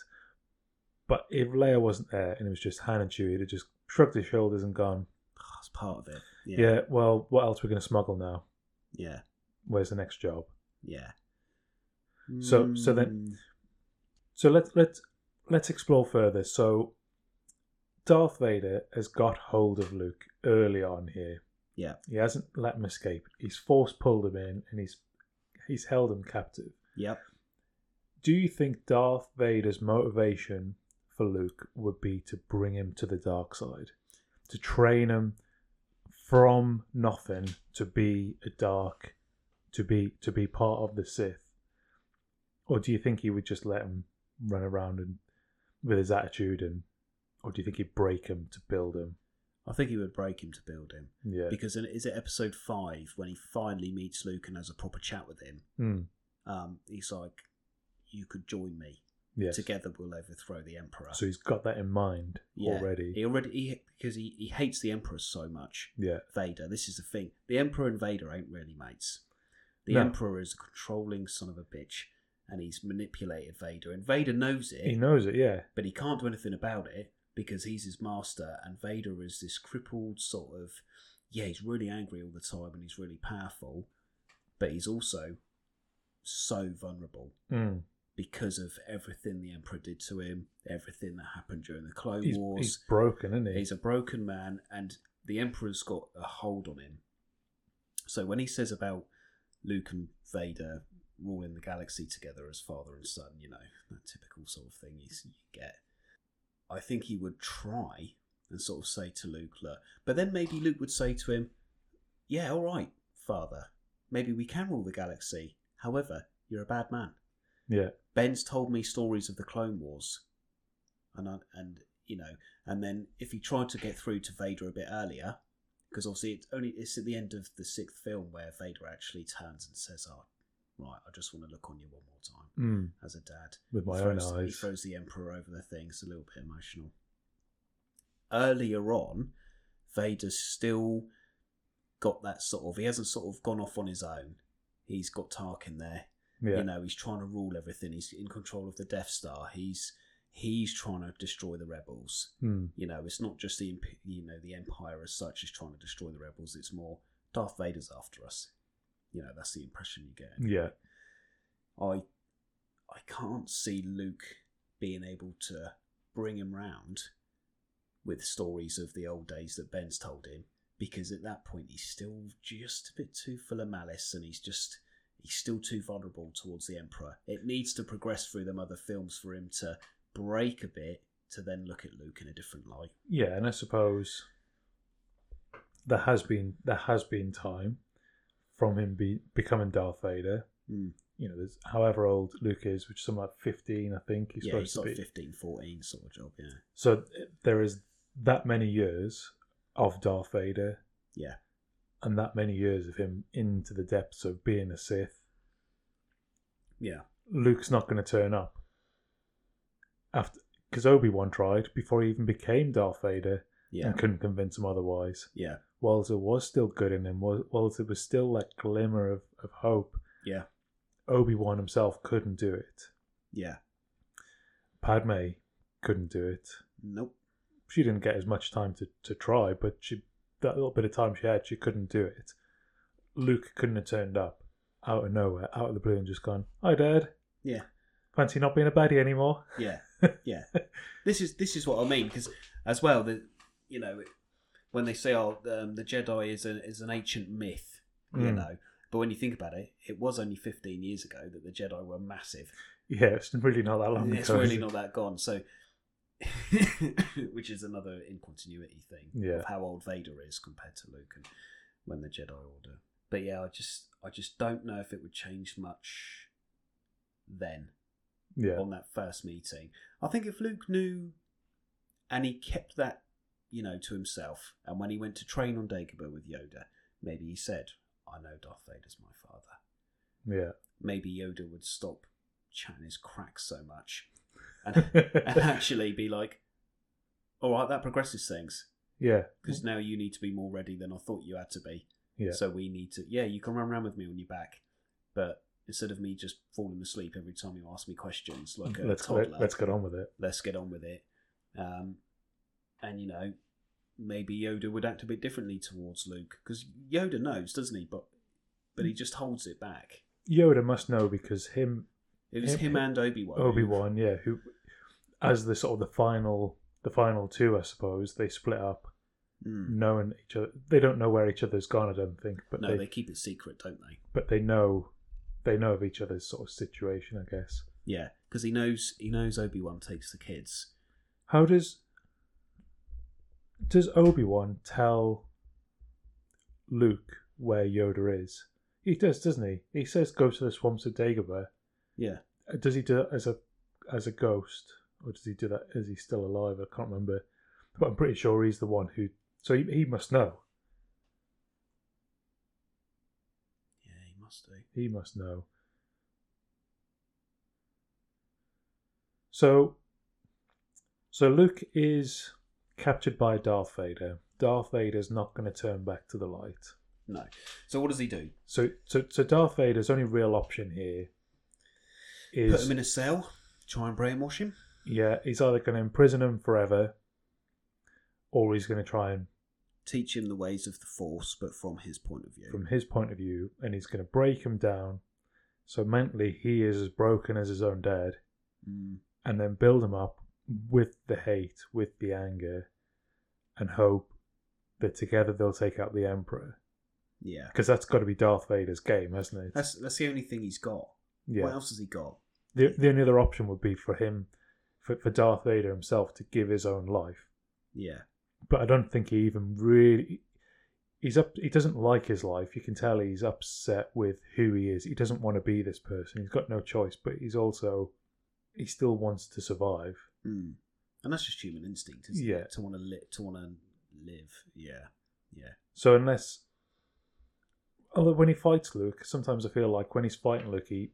Speaker 1: But if Leia wasn't there and it was just Han and Chewie, he'd have just shrugged his shoulders and gone,
Speaker 2: That's part of it.
Speaker 1: "Yeah,
Speaker 2: Yeah, yeah,
Speaker 1: well, what else are we going to smuggle now?
Speaker 2: yeah.
Speaker 1: Where's the next job?" So- so then-
Speaker 2: Mm.
Speaker 1: So let's let's let's explore further. So Darth Vader has got hold of Luke early on here.
Speaker 2: Yeah.
Speaker 1: He hasn't let him escape. He's force pulled him in and he's he's held him captive.
Speaker 2: Yep.
Speaker 1: Do you think Darth Vader's motivation for Luke would be to bring him to the dark side? To train him from nothing to be a dark to be to be part of the Sith? Or do you think he would just let him run around and with his attitude and or do you think he'd break him to build him?
Speaker 2: I think he would break him to build him.
Speaker 1: Yeah.
Speaker 2: Because in, is it episode five when he finally meets Luke and has a proper chat with him?
Speaker 1: Mm.
Speaker 2: Um, he's like, You could join me.
Speaker 1: Yes.
Speaker 2: Together we'll overthrow the Emperor.
Speaker 1: So he's got that in mind
Speaker 2: Yeah.
Speaker 1: already.
Speaker 2: He already he, because he, he hates the Emperor so much.
Speaker 1: Yeah.
Speaker 2: Vader, this is the thing. The Emperor and Vader ain't really mates. The
Speaker 1: No.
Speaker 2: Emperor is a controlling son of a bitch, and he's manipulated Vader, and Vader knows it,
Speaker 1: He knows it, yeah.
Speaker 2: but he can't do anything about it because he's his master, and Vader is this crippled sort of yeah, he's really angry all the time and he's really powerful, but he's also so vulnerable
Speaker 1: Mm.
Speaker 2: because of everything the Emperor did to him, everything that happened during the Clone
Speaker 1: He's,
Speaker 2: Wars.
Speaker 1: he's broken, isn't he?
Speaker 2: He's a broken man, and the Emperor's got a hold on him. So when he says about Luke and Vader ruling the galaxy together as father and son, you know, that typical sort of thing you, s- you get, I think he would try and sort of say to Luke, look, but then maybe Luke would say to him, yeah, all right, father, maybe we can rule the galaxy. However, you're a bad man.
Speaker 1: yeah.
Speaker 2: Ben's told me stories of the Clone Wars, and I, and you know, and then if he tried to get through to Vader a bit earlier, because obviously it's only it's at the end of the sixth film where Vader actually turns and says, "Oh, right, I just want to look on you one more time
Speaker 1: Mm.
Speaker 2: as a dad."
Speaker 1: With my
Speaker 2: He
Speaker 1: own
Speaker 2: throws- He
Speaker 1: eyes.
Speaker 2: throws the Emperor over the thing. It's a little bit emotional. Earlier on, Vader's still got that sort of. He hasn't sort of gone off on his own. He's got Tarkin there.
Speaker 1: yeah.
Speaker 2: You know, he's trying to rule everything. He's in control of the Death Star. He's he's trying to destroy the rebels.
Speaker 1: Mm.
Speaker 2: You know, it's not just the imp- you know the Empire as such is trying to destroy the rebels. It's more Darth Vader's after us. You know, that's the impression you get.
Speaker 1: Yeah.
Speaker 2: I I can't see Luke being able to bring him round with stories of the old days that Ben's told him because at that point he's still just a bit too full of malice and he's just he's still too vulnerable towards the emperor. It needs to progress through them other films for him to break a bit to then look at Luke in a different light.
Speaker 1: Yeah, and I suppose there has been there has been time from him be, becoming Darth Vader.
Speaker 2: Mm.
Speaker 1: You know, there's however old Luke is, which is something like fifteen, I think he's
Speaker 2: yeah,
Speaker 1: supposed
Speaker 2: he's
Speaker 1: to
Speaker 2: like
Speaker 1: be.
Speaker 2: 15, 14 sort of job, yeah.
Speaker 1: So uh, there is that many years of Darth Vader.
Speaker 2: Yeah.
Speaker 1: And that many years of him into the depths of being a Sith.
Speaker 2: Yeah.
Speaker 1: Luke's not going to turn up. After because Obi Wan tried before he even became Darth Vader
Speaker 2: Yeah.
Speaker 1: and couldn't convince him otherwise.
Speaker 2: Yeah.
Speaker 1: Whilst it was still good in him, whil- whilst it was still that glimmer of, of hope,
Speaker 2: Yeah.
Speaker 1: Obi Wan himself couldn't do it.
Speaker 2: Yeah.
Speaker 1: Padme couldn't do it.
Speaker 2: Nope.
Speaker 1: She didn't get as much time to, to try, but she that little bit of time she had, she couldn't do it. Luke couldn't have turned up out of nowhere, out of the blue, and just gone, "Hi, Dad.
Speaker 2: Yeah.
Speaker 1: Fancy not being a baddie anymore?"
Speaker 2: Yeah, yeah. this is this is what I mean because as well, the you know when they say oh um, the Jedi is an is an ancient myth, you
Speaker 1: Mm.
Speaker 2: know. But when you think about it, it was only 15 years ago that the Jedi were massive.
Speaker 1: Yeah, it's really not that long
Speaker 2: It's
Speaker 1: ago.
Speaker 2: really not that gone. So, which is another incontinuity thing
Speaker 1: Yeah.
Speaker 2: of how old Vader is compared to Luke and when the Jedi Order. But yeah, I just I just don't know if it would change much then
Speaker 1: Yeah,
Speaker 2: on that first meeting. I think if Luke knew and he kept that, you know, to himself, and when he went to train on Dagobah with Yoda, maybe he said, I know Darth Vader's my father.
Speaker 1: yeah.
Speaker 2: Maybe Yoda would stop chatting his crack so much and, and actually be like, all right, that progresses things
Speaker 1: yeah,
Speaker 2: because now you need to be more ready than I thought you had to be.
Speaker 1: yeah,
Speaker 2: So we need to, yeah, you can run around with me on your back, but instead of me just falling asleep every time you ask me questions like a
Speaker 1: Mm-hmm. let's
Speaker 2: toddler,
Speaker 1: let, let's get on with it.
Speaker 2: let's get on with it. Um, and you know, maybe Yoda would act a bit differently towards Luke because Yoda knows, doesn't he? But but he
Speaker 1: Mm.
Speaker 2: just holds it back.
Speaker 1: Yoda must know because him
Speaker 2: It was
Speaker 1: Yep.
Speaker 2: him and Obi Wan.
Speaker 1: Obi Wan, yeah, who as the sort of the final the final two, I suppose, they split up,
Speaker 2: Mm.
Speaker 1: knowing each other. They don't know where each other's gone, I don't think, but
Speaker 2: No,
Speaker 1: they,
Speaker 2: they keep it secret, don't they?
Speaker 1: but they know they know of each other's sort of situation, I guess.
Speaker 2: Yeah, because he knows he knows Obi Wan takes the kids.
Speaker 1: How does does Obi Wan tell Luke where Yoda is? He does, doesn't he? He says, "Go to the swamps of Dagobah."
Speaker 2: Yeah,
Speaker 1: Uh, Does he do that as a as a ghost, or does he do that? Is he still alive? I can't remember, but I'm pretty sure he's the one who. So he, he must know.
Speaker 2: yeah, he must do.
Speaker 1: He must know. So, so Luke is captured by Darth Vader. Darth Vader's not going to turn back to the light.
Speaker 2: No. So what does he do?
Speaker 1: So, so, so Darth Vader's only real option here is
Speaker 2: Put him in a cell. Try and brainwash him.
Speaker 1: yeah, he's either going to imprison him forever, or he's going to try and,
Speaker 2: Teach him the ways of the Force, but from his point of view.
Speaker 1: from his point of view, and he's going to break him down. So mentally, he is as broken as his own dad.
Speaker 2: Mm.
Speaker 1: and then build them up with the hate, with the anger, and hope that together they'll take out the Emperor.
Speaker 2: Yeah,
Speaker 1: Because that's got to be Darth Vader's game, hasn't it?
Speaker 2: that's that's the only thing he's got.
Speaker 1: yeah.
Speaker 2: What else has he got?
Speaker 1: the, the only other option would be for him, for, for Darth Vader himself, to give his own life.
Speaker 2: Yeah,
Speaker 1: But I don't think he even really. He's up. He doesn't like his life. You can tell he's upset with who he is. He doesn't want to be this person. He's got no choice, but he's also, he still wants to survive.
Speaker 2: mm. and that's just human instinct, isn't
Speaker 1: Yeah.
Speaker 2: it? To want to live, to want to live. Yeah, yeah,
Speaker 1: So unless, although when he fights Luke, sometimes I feel like when he's fighting Luke, he,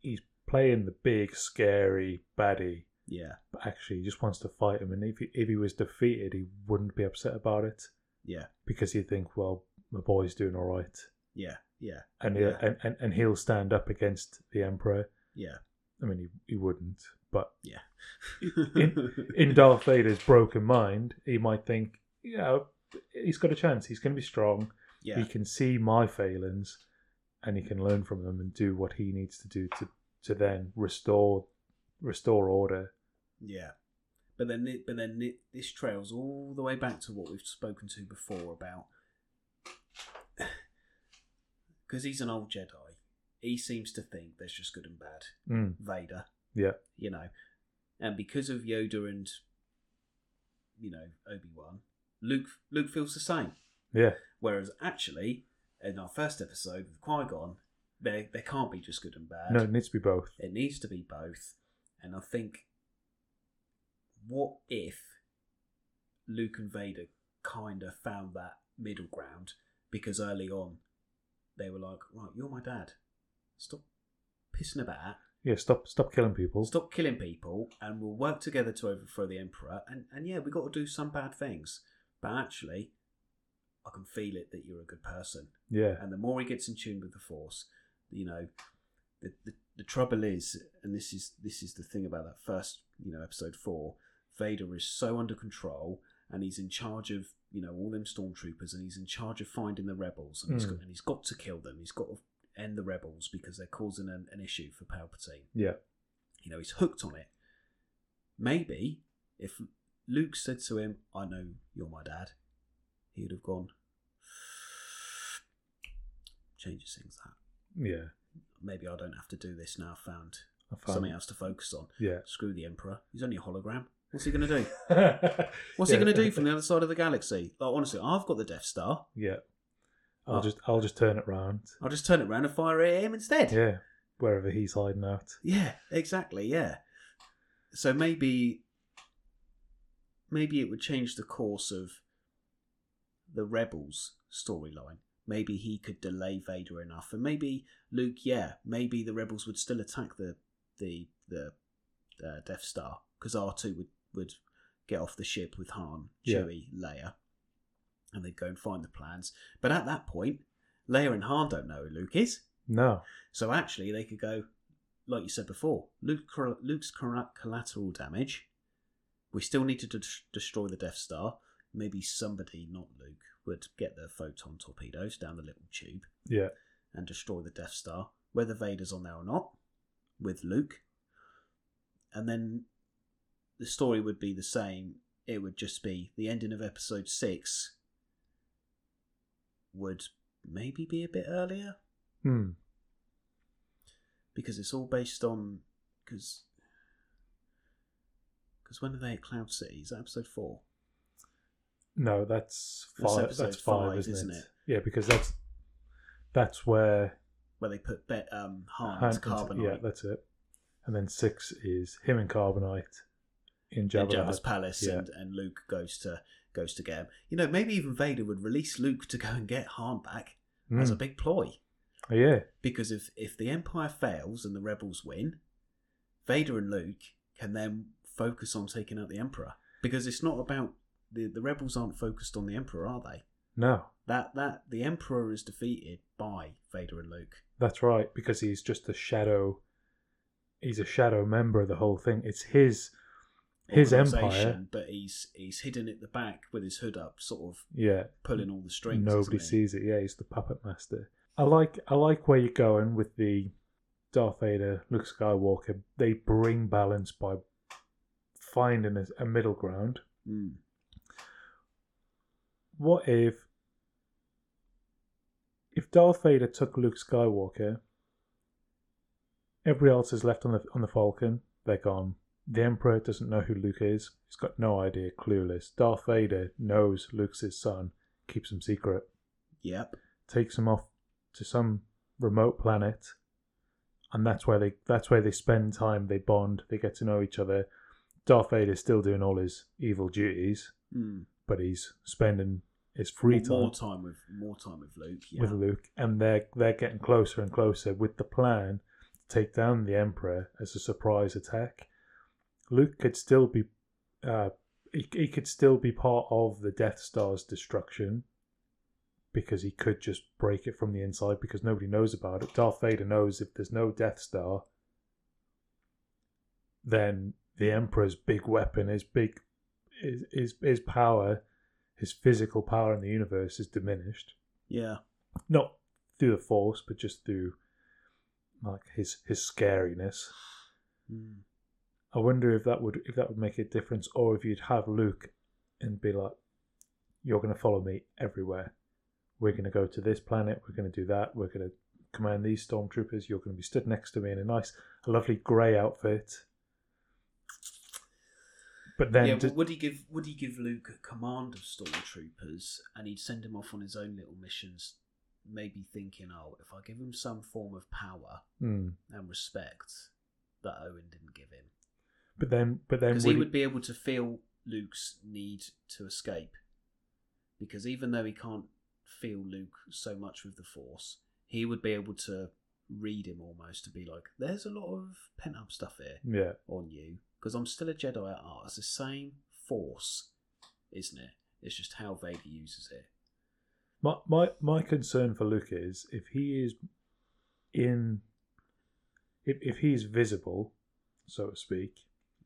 Speaker 1: he's playing the big scary baddie,
Speaker 2: yeah,
Speaker 1: but actually he just wants to fight him. And if he, if he was defeated, he wouldn't be upset about it
Speaker 2: yeah,
Speaker 1: because he'd think, well, my boy's doing all right,
Speaker 2: yeah, yeah,
Speaker 1: and he'll,
Speaker 2: Yeah.
Speaker 1: and, and, and he'll stand up against the Emperor.
Speaker 2: yeah.
Speaker 1: I mean, he, he wouldn't, but
Speaker 2: In,
Speaker 1: in Darth Vader's broken mind, he might think, yeah, he's got a chance. He's going to be strong.
Speaker 2: yeah,
Speaker 1: he can see my failings and he can learn from them and do what he needs to do to to then restore restore order
Speaker 2: yeah. But then, it, but then it, this trails all the way back to what we've spoken to before about because he's an old Jedi. He seems to think there's just good and bad.
Speaker 1: mm,
Speaker 2: Vader.
Speaker 1: yeah
Speaker 2: you know. And because of Yoda and you know Obi Wan, Luke Luke feels the same.
Speaker 1: yeah
Speaker 2: Whereas actually, in our first episode with Qui Gon, there there can't be just good and bad.
Speaker 1: no it needs to be both
Speaker 2: It needs to be both. And I think, what if Luke and Vader kind of found that middle ground? Because early on, they were like, "Right, you're my dad. Stop pissing about."
Speaker 1: yeah stop stop killing people
Speaker 2: stop killing people and we'll work together to overthrow the emperor and, and yeah we got to do some bad things but actually i can feel it that you're a good person
Speaker 1: yeah
Speaker 2: and the more he gets in tune with the force you know the, the, the trouble is and this is this is the thing about that first you know episode four vader is so under control and he's in charge of you know all them stormtroopers and he's in charge of finding the rebels and, he's,
Speaker 1: Mm.
Speaker 2: got, and he's got to kill them he's got to end the rebels because they're causing an, an issue for palpatine
Speaker 1: yeah
Speaker 2: you know, he's hooked on it. Maybe if Luke said to him, I know you're my dad, he would have gone, changes things that.
Speaker 1: yeah
Speaker 2: Maybe I don't have to do this now. I've found
Speaker 1: I found-
Speaker 2: something else to focus on.
Speaker 1: yeah
Speaker 2: Screw the Emperor. He's only a hologram. What's he going to do? What's
Speaker 1: what's
Speaker 2: he going to do from the other side of the galaxy? Like, honestly, I've got the Death Star.
Speaker 1: yeah
Speaker 2: Oh.
Speaker 1: i'll just i'll just turn it round
Speaker 2: I'll just turn it around and fire it at him instead.
Speaker 1: yeah wherever he's hiding out
Speaker 2: Yeah, exactly. Yeah. So maybe, maybe it would change the course of the rebels storyline. Maybe he could delay Vader enough, and maybe Luke. Yeah, maybe the rebels would still attack the the the uh, Death Star because R two would would get off the ship with Han,
Speaker 1: Yeah.
Speaker 2: Chewie, Leia, and they'd go and find the plans. But at that point, Leia and Han don't know who Luke is.
Speaker 1: no
Speaker 2: So actually, they could go, like you said before, Luke, Luke's colla- collateral damage. We still need to de- destroy the Death Star. Maybe somebody, not Luke, would get their photon torpedoes down the little tube
Speaker 1: yeah
Speaker 2: and destroy the Death Star, whether Vader's on there or not, with Luke. And then the story would be the same it would just be the ending of episode six would maybe be a bit earlier
Speaker 1: Hmm.
Speaker 2: because it's all based on because because when are they at Cloud City? Is that episode four?
Speaker 1: No, that's
Speaker 2: That's
Speaker 1: five. That's,
Speaker 2: episode
Speaker 1: five,
Speaker 2: five,
Speaker 1: isn't,
Speaker 2: isn't
Speaker 1: it?
Speaker 2: it?
Speaker 1: Yeah, because that's that's where
Speaker 2: Where they put Bet um Han
Speaker 1: Han-
Speaker 2: as Carbonite
Speaker 1: Yeah, that's it. And then six is him and Carbonite in
Speaker 2: in
Speaker 1: Jabba. the
Speaker 2: Jabba's
Speaker 1: Hutt.
Speaker 2: palace,
Speaker 1: yeah.
Speaker 2: and, and Luke goes to goes to get him. You know, maybe even Vader would release Luke to go and get Han back as a
Speaker 1: Mm.
Speaker 2: big ploy.
Speaker 1: Yeah,
Speaker 2: Because if if the Empire fails and the Rebels win, Vader and Luke can then focus on taking out the Emperor. Because it's not about the the Rebels aren't focused on the Emperor, are they?
Speaker 1: no,
Speaker 2: That that the Emperor is defeated by Vader and Luke.
Speaker 1: that's right. Because he's just a shadow. He's a shadow member of the whole thing. It's his. His
Speaker 2: organisation,
Speaker 1: empire.
Speaker 2: but he's he's hidden at the back with his hood up, sort of
Speaker 1: Yeah,
Speaker 2: pulling all the strings.
Speaker 1: Nobody
Speaker 2: isn't he?
Speaker 1: sees it. Yeah, he's the puppet master. I like I like where you're going with the Darth Vader, Luke Skywalker. They bring balance by finding a, a middle ground.
Speaker 2: Mm.
Speaker 1: What if if Darth Vader took Luke Skywalker? Everybody else is left on the on the Falcon. They're gone. The Emperor doesn't know who Luke is. He's got no idea. Clueless. Darth Vader knows Luke's his son. Keeps him secret.
Speaker 2: Yep.
Speaker 1: takes them off to some remote planet, and that's where they that's where they spend time. They bond. They get to know each other. Darth Vader's still doing all his evil duties,
Speaker 2: Mm.
Speaker 1: but he's spending his free
Speaker 2: more, more
Speaker 1: time
Speaker 2: time with more time with Luke. Yeah.
Speaker 1: with Luke, and they're they're getting closer and closer with the plan to take down the Emperor as a surprise attack. Luke could still be, uh, he, he could still be part of the Death Star's destruction because he could just break it from the inside because nobody knows about it. Darth Vader knows if there's no Death Star, then the Emperor's big weapon, his big, his his, his power, his physical power in the universe is diminished
Speaker 2: Yeah.
Speaker 1: not through the force, but just through like his his scariness.
Speaker 2: Mm.
Speaker 1: I wonder if that would if that would make a difference, or if you'd have Luke and be like, "You're going to follow me everywhere. We're going to go to this planet. We're going to do that. We're going to command these stormtroopers. You're going to be stood next to me in a nice, a lovely grey outfit." But then,
Speaker 2: yeah.
Speaker 1: d-
Speaker 2: w- would he give Would he give Luke command of stormtroopers, and he'd send him off on his own little missions? Maybe thinking, oh, if I give him some form of power
Speaker 1: Hmm.
Speaker 2: and respect that Owen didn't give him,
Speaker 1: but then, but then,
Speaker 2: because he
Speaker 1: would he-
Speaker 2: would be able to feel Luke's need to escape. Because even though he can't feel Luke so much with the Force, he would be able to read him almost to be like, "There's a lot of pent up stuff here
Speaker 1: yeah,
Speaker 2: on you because I'm still a Jedi at heart. It's the same Force, isn't it? It's just how Vader uses it."
Speaker 1: My my my concern for Luke is if he is in if if he's visible, so to speak,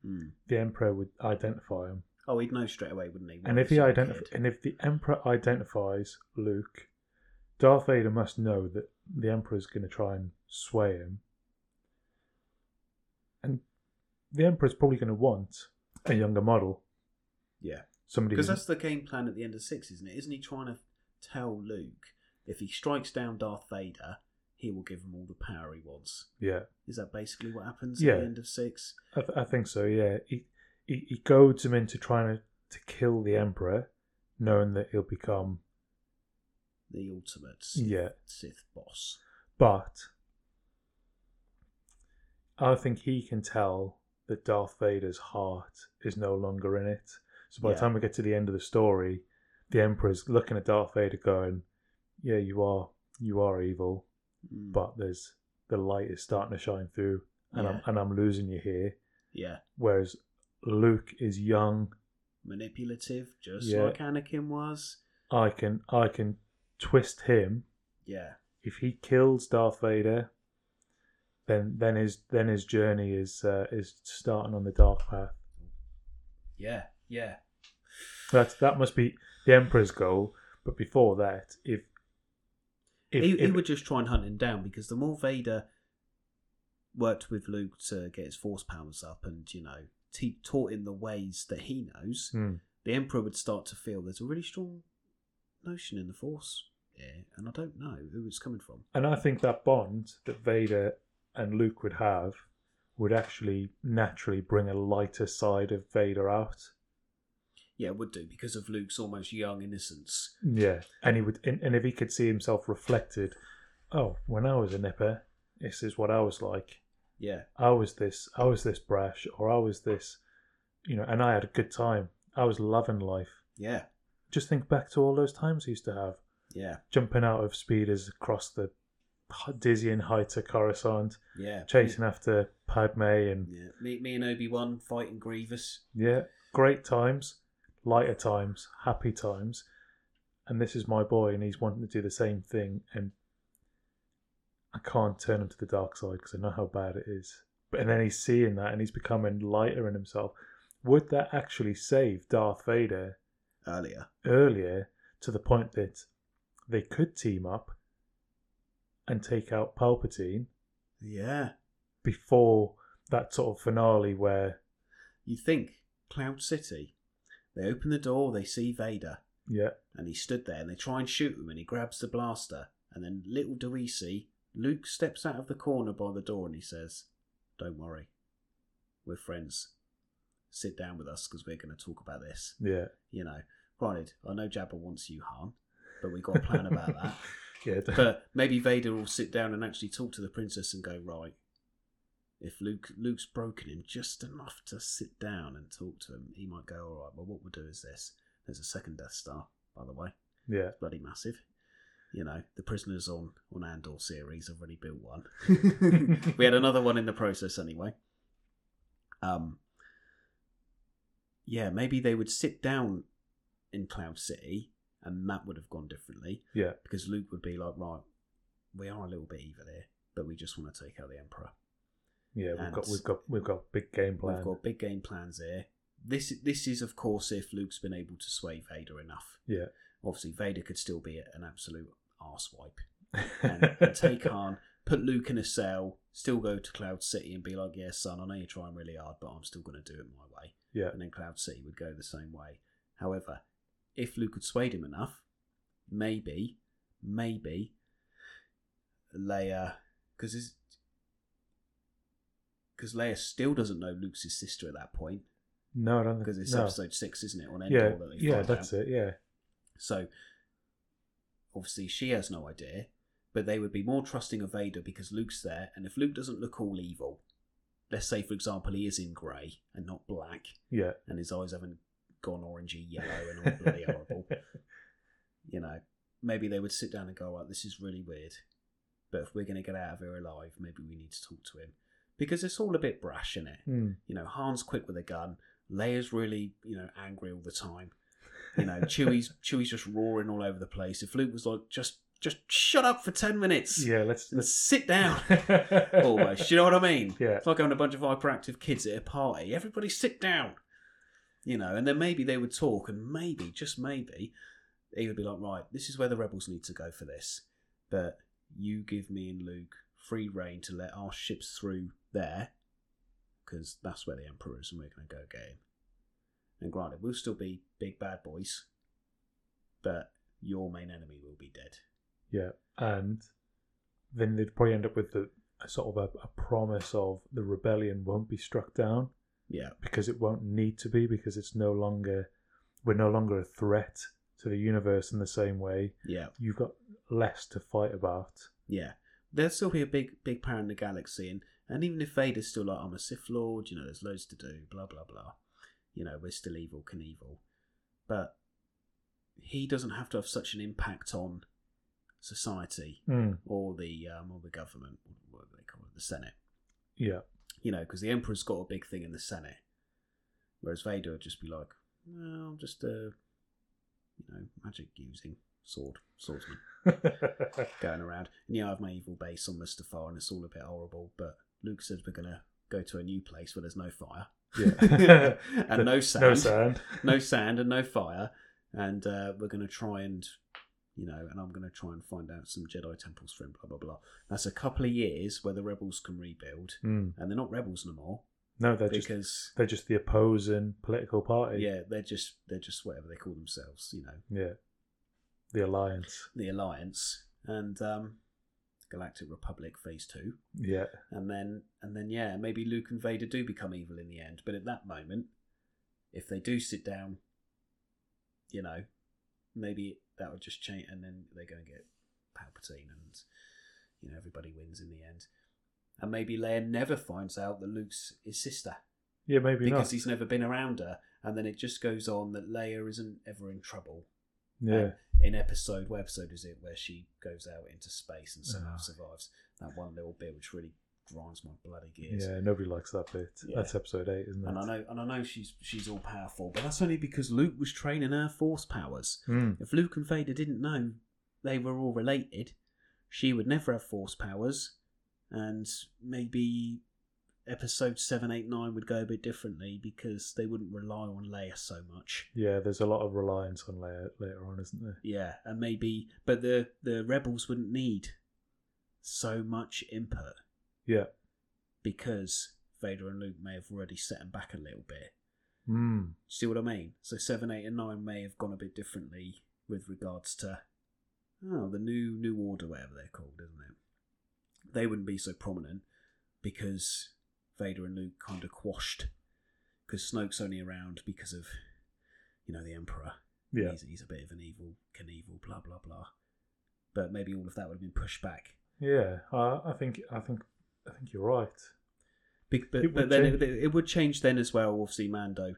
Speaker 2: Mm.
Speaker 1: the Emperor would identify him.
Speaker 2: Oh, he'd know straight away, wouldn't he?
Speaker 1: And if he identif- and if the Emperor identifies Luke, Darth Vader must know that the Emperor's going to try and sway him. And the Emperor's probably going to want a younger model,
Speaker 2: yeah,
Speaker 1: somebody
Speaker 2: because
Speaker 1: who's
Speaker 2: that's the game plan at the end of six, isn't it? Isn't he trying to tell Luke if he strikes down Darth Vader, he will give him all the power he wants?
Speaker 1: yeah.
Speaker 2: Is that basically what happens
Speaker 1: Yeah.
Speaker 2: at the end of six?
Speaker 1: I, th- I think so. Yeah, he, he he goads him into trying to, to kill the emperor, knowing that he'll become
Speaker 2: The ultimate Sith,
Speaker 1: yeah.
Speaker 2: Sith boss.
Speaker 1: But I think he can tell that Darth Vader's heart is no longer in it. So by
Speaker 2: Yeah.
Speaker 1: the time we get to the end of the story, the emperor's looking at Darth Vader, going, "Yeah, you are you are evil,
Speaker 2: Mm.
Speaker 1: but there's the light is starting to shine through, and I'm
Speaker 2: Yeah.
Speaker 1: and I'm losing you here."
Speaker 2: yeah,
Speaker 1: Whereas Luke is young.
Speaker 2: manipulative, just
Speaker 1: Yeah.
Speaker 2: like Anakin was.
Speaker 1: I can I can twist him.
Speaker 2: Yeah,
Speaker 1: If he kills Darth Vader, then then his then his journey is uh, is starting on the dark path.
Speaker 2: yeah, yeah.
Speaker 1: That's that must be the Emperor's goal. But before that, if if,
Speaker 2: he, he
Speaker 1: if-
Speaker 2: would just try and hunt him down because the more Vader worked with Luke to get his force powers up and you know te- taught him the ways that he knows,
Speaker 1: Hmm,
Speaker 2: the Emperor would start to feel there's a really strong notion in the Force here, and I don't know who it's coming from.
Speaker 1: And I think that bond that Vader and Luke would have would actually naturally bring a lighter side of Vader out.
Speaker 2: Yeah, it would do because of Luke's almost young innocence.
Speaker 1: Yeah, and he would, and, and if he could see himself reflected, oh, when I was a nipper, this is what I was like.
Speaker 2: Yeah,
Speaker 1: I was this, I was this brash, or I was this, you know, and I had a good time. I was loving life.
Speaker 2: yeah,
Speaker 1: Just think back to all those times he used to have
Speaker 2: yeah,
Speaker 1: jumping out of speeders across the dizzying heights of Coruscant,
Speaker 2: yeah.
Speaker 1: chasing after Padme, and
Speaker 2: Yeah, me, me and Obi Wan fighting Grievous.
Speaker 1: yeah, great times, lighter times, happy times. And this is my boy, and he's wanting to do the same thing, and I can't turn him to the dark side because I know how bad it is. But and then he's seeing that, and he's becoming lighter in himself. Would that actually save Darth Vader
Speaker 2: earlier.
Speaker 1: earlier to the point that they could team up and take out Palpatine
Speaker 2: Yeah.
Speaker 1: before that sort of finale where
Speaker 2: You think Cloud City. They open the door, they see Vader,
Speaker 1: yeah
Speaker 2: and he stood there, and they try and shoot him, and he grabs the blaster. And then little do we see, Luke steps out of the corner by the door and he says, Don't worry, we're friends. Sit down with us because we're going to talk about this.
Speaker 1: yeah
Speaker 2: You know, granted, I know Jabba wants you, Han, but we've got a plan about that.
Speaker 1: yeah d-
Speaker 2: But maybe Vader will sit down and actually talk to the princess and go, right, if Luke Luke's broken him just enough to sit down and talk to him, he might go, all right, well, what we'll do is this. There's a second Death Star, by the way.
Speaker 1: yeah
Speaker 2: It's bloody massive. You know, the prisoners on, on Andor series have already built one. we had another one in the process anyway. Um, yeah, maybe they would sit down in Cloud City and that would have gone differently
Speaker 1: yeah
Speaker 2: because Luke would be like, right, we are a little bit evil here, but we just want to take out the Emperor.
Speaker 1: yeah we've got
Speaker 2: And-
Speaker 1: we've got we've got big game plan
Speaker 2: We've got big game plans here. This this is of course if Luke's been able to sway Vader enough.
Speaker 1: Yeah.
Speaker 2: Obviously, Vader could still be an absolute arsewipe and, and take Han, put Luke in a cell, still go to Cloud City and be like, yeah, son, I know you're trying really hard, but I'm still going to do it my way.
Speaker 1: yeah
Speaker 2: and then Cloud City would go the same way. However, if Luke had swayed him enough, maybe, maybe Leia, because because Leia still doesn't know Luke's his sister at that point
Speaker 1: no I don't
Speaker 2: because
Speaker 1: think
Speaker 2: it's
Speaker 1: no.
Speaker 2: episode six, isn't it? On Endor
Speaker 1: yeah
Speaker 2: that they
Speaker 1: yeah
Speaker 2: find
Speaker 1: that's
Speaker 2: out.
Speaker 1: it yeah
Speaker 2: So obviously she has no idea, but they would be more trusting of Vader because Luke's there, and if Luke doesn't look all evil, let's say for example he is in grey and not black,
Speaker 1: yeah
Speaker 2: and his eyes haven't gone orangey yellow and all bloody horrible. You know, maybe they would sit down and go, right, this is really weird, but if we're going to get out of here alive, maybe we need to talk to him. Because it's all a bit brash, is it?
Speaker 1: Mm.
Speaker 2: You know, Han's quick with a gun, Leia's really, you know, angry all the time. You know, Chewie's Chewie's just roaring all over the place. If Luke was like, just just shut up for ten minutes
Speaker 1: yeah let's
Speaker 2: and
Speaker 1: let's
Speaker 2: sit down almost. You know what I mean?
Speaker 1: Yeah.
Speaker 2: It's like having a bunch of hyperactive kids at a party. Everybody sit down. You know, and then maybe they would talk, and maybe, just maybe, he would be like, right, this is where the rebels need to go for this. But you give me and Luke free reign to let our ships through there, because that's where the Emperor is, and we're going to go get him. And granted, we'll still be big bad boys, but your main enemy will be dead.
Speaker 1: Yeah, and then they'd probably end up with the a sort of a, a promise of the rebellion won't be struck down
Speaker 2: Yeah,
Speaker 1: because it won't need to be because it's no longer we're no longer a threat to the universe in the same way.
Speaker 2: yeah.
Speaker 1: You've got less to fight about.
Speaker 2: Yeah. There'll still be a big, big power in the galaxy, and, and even if Vader's still like, I'm a Sith Lord, you know, there's loads to do, blah, blah, blah. You know, we're still evil, Knievel. But he doesn't have to have such an impact on society
Speaker 1: Mm,
Speaker 2: or the um, or the government, what do they call it, the Senate.
Speaker 1: yeah,
Speaker 2: You know, because the Emperor's got a big thing in the Senate, whereas Vader would just be like, well, I'm just a, you know, magic using sword, swordsman going around. And yeah, I have my evil base on Mustafar, and it's all a bit horrible. But Luke says we're gonna go to a new place where there's no fire
Speaker 1: yeah,
Speaker 2: and no sand,
Speaker 1: no sound.
Speaker 2: no sand and no fire, and uh, we're gonna try and, you know, and I'm gonna try and find out some Jedi temples for him. Blah blah blah. That's a couple of years where the rebels can rebuild,
Speaker 1: Mm,
Speaker 2: and they're not rebels no more.
Speaker 1: No, they're just
Speaker 2: because
Speaker 1: they're just the opposing political party.
Speaker 2: yeah, they're just they're just whatever they call themselves, you know,
Speaker 1: Yeah. The alliance.
Speaker 2: the Alliance and um, Galactic Republic Phase Two,
Speaker 1: Yeah.
Speaker 2: and then and then yeah, maybe Luke and Vader do become evil in the end. But at that moment, if they do sit down, you know, maybe that would just change, and then they go and get Palpatine, and you know everybody wins in the end. And maybe Leia never finds out that Luke's his sister.
Speaker 1: Yeah, maybe
Speaker 2: because
Speaker 1: not.
Speaker 2: he's never been around her. And then it just goes on that Leia isn't ever in trouble.
Speaker 1: yeah.
Speaker 2: And in episode, what episode is it, where she goes out into space and somehow
Speaker 1: Ah.
Speaker 2: survives? That one little bit which really grinds my bloody gears.
Speaker 1: Yeah, nobody likes that bit.
Speaker 2: Yeah.
Speaker 1: That's episode eight, isn't it?
Speaker 2: And I know, and I know she's she's all powerful, but that's only because Luke was training her Force powers.
Speaker 1: Mm.
Speaker 2: If Luke and Vader didn't know they were all related, she would never have Force powers, and maybe episode seven, eight, nine would go a bit differently because they wouldn't rely on Leia so much.
Speaker 1: Yeah, there's a lot of reliance on Leia later on, isn't there?
Speaker 2: Yeah, and maybe, but the the rebels wouldn't need so much input
Speaker 1: Yeah.
Speaker 2: because Vader and Luke may have already set them back a little bit.
Speaker 1: Mm.
Speaker 2: See what I mean? So seven, eight, and nine may have gone a bit differently with regards to oh the new new order, whatever they're called, isn't it? They wouldn't be so prominent because Vader and Luke kind of quashed because Snoke's only around because of you know the Emperor.
Speaker 1: Yeah.
Speaker 2: He's, he's a bit of an evil Knievel, blah blah blah. But maybe all of that would have been pushed back.
Speaker 1: Yeah. I I think I think I think you're right.
Speaker 2: Be- but
Speaker 1: It
Speaker 2: but
Speaker 1: would
Speaker 2: then it,
Speaker 1: change.
Speaker 2: it would change then as well. Obviously, Mando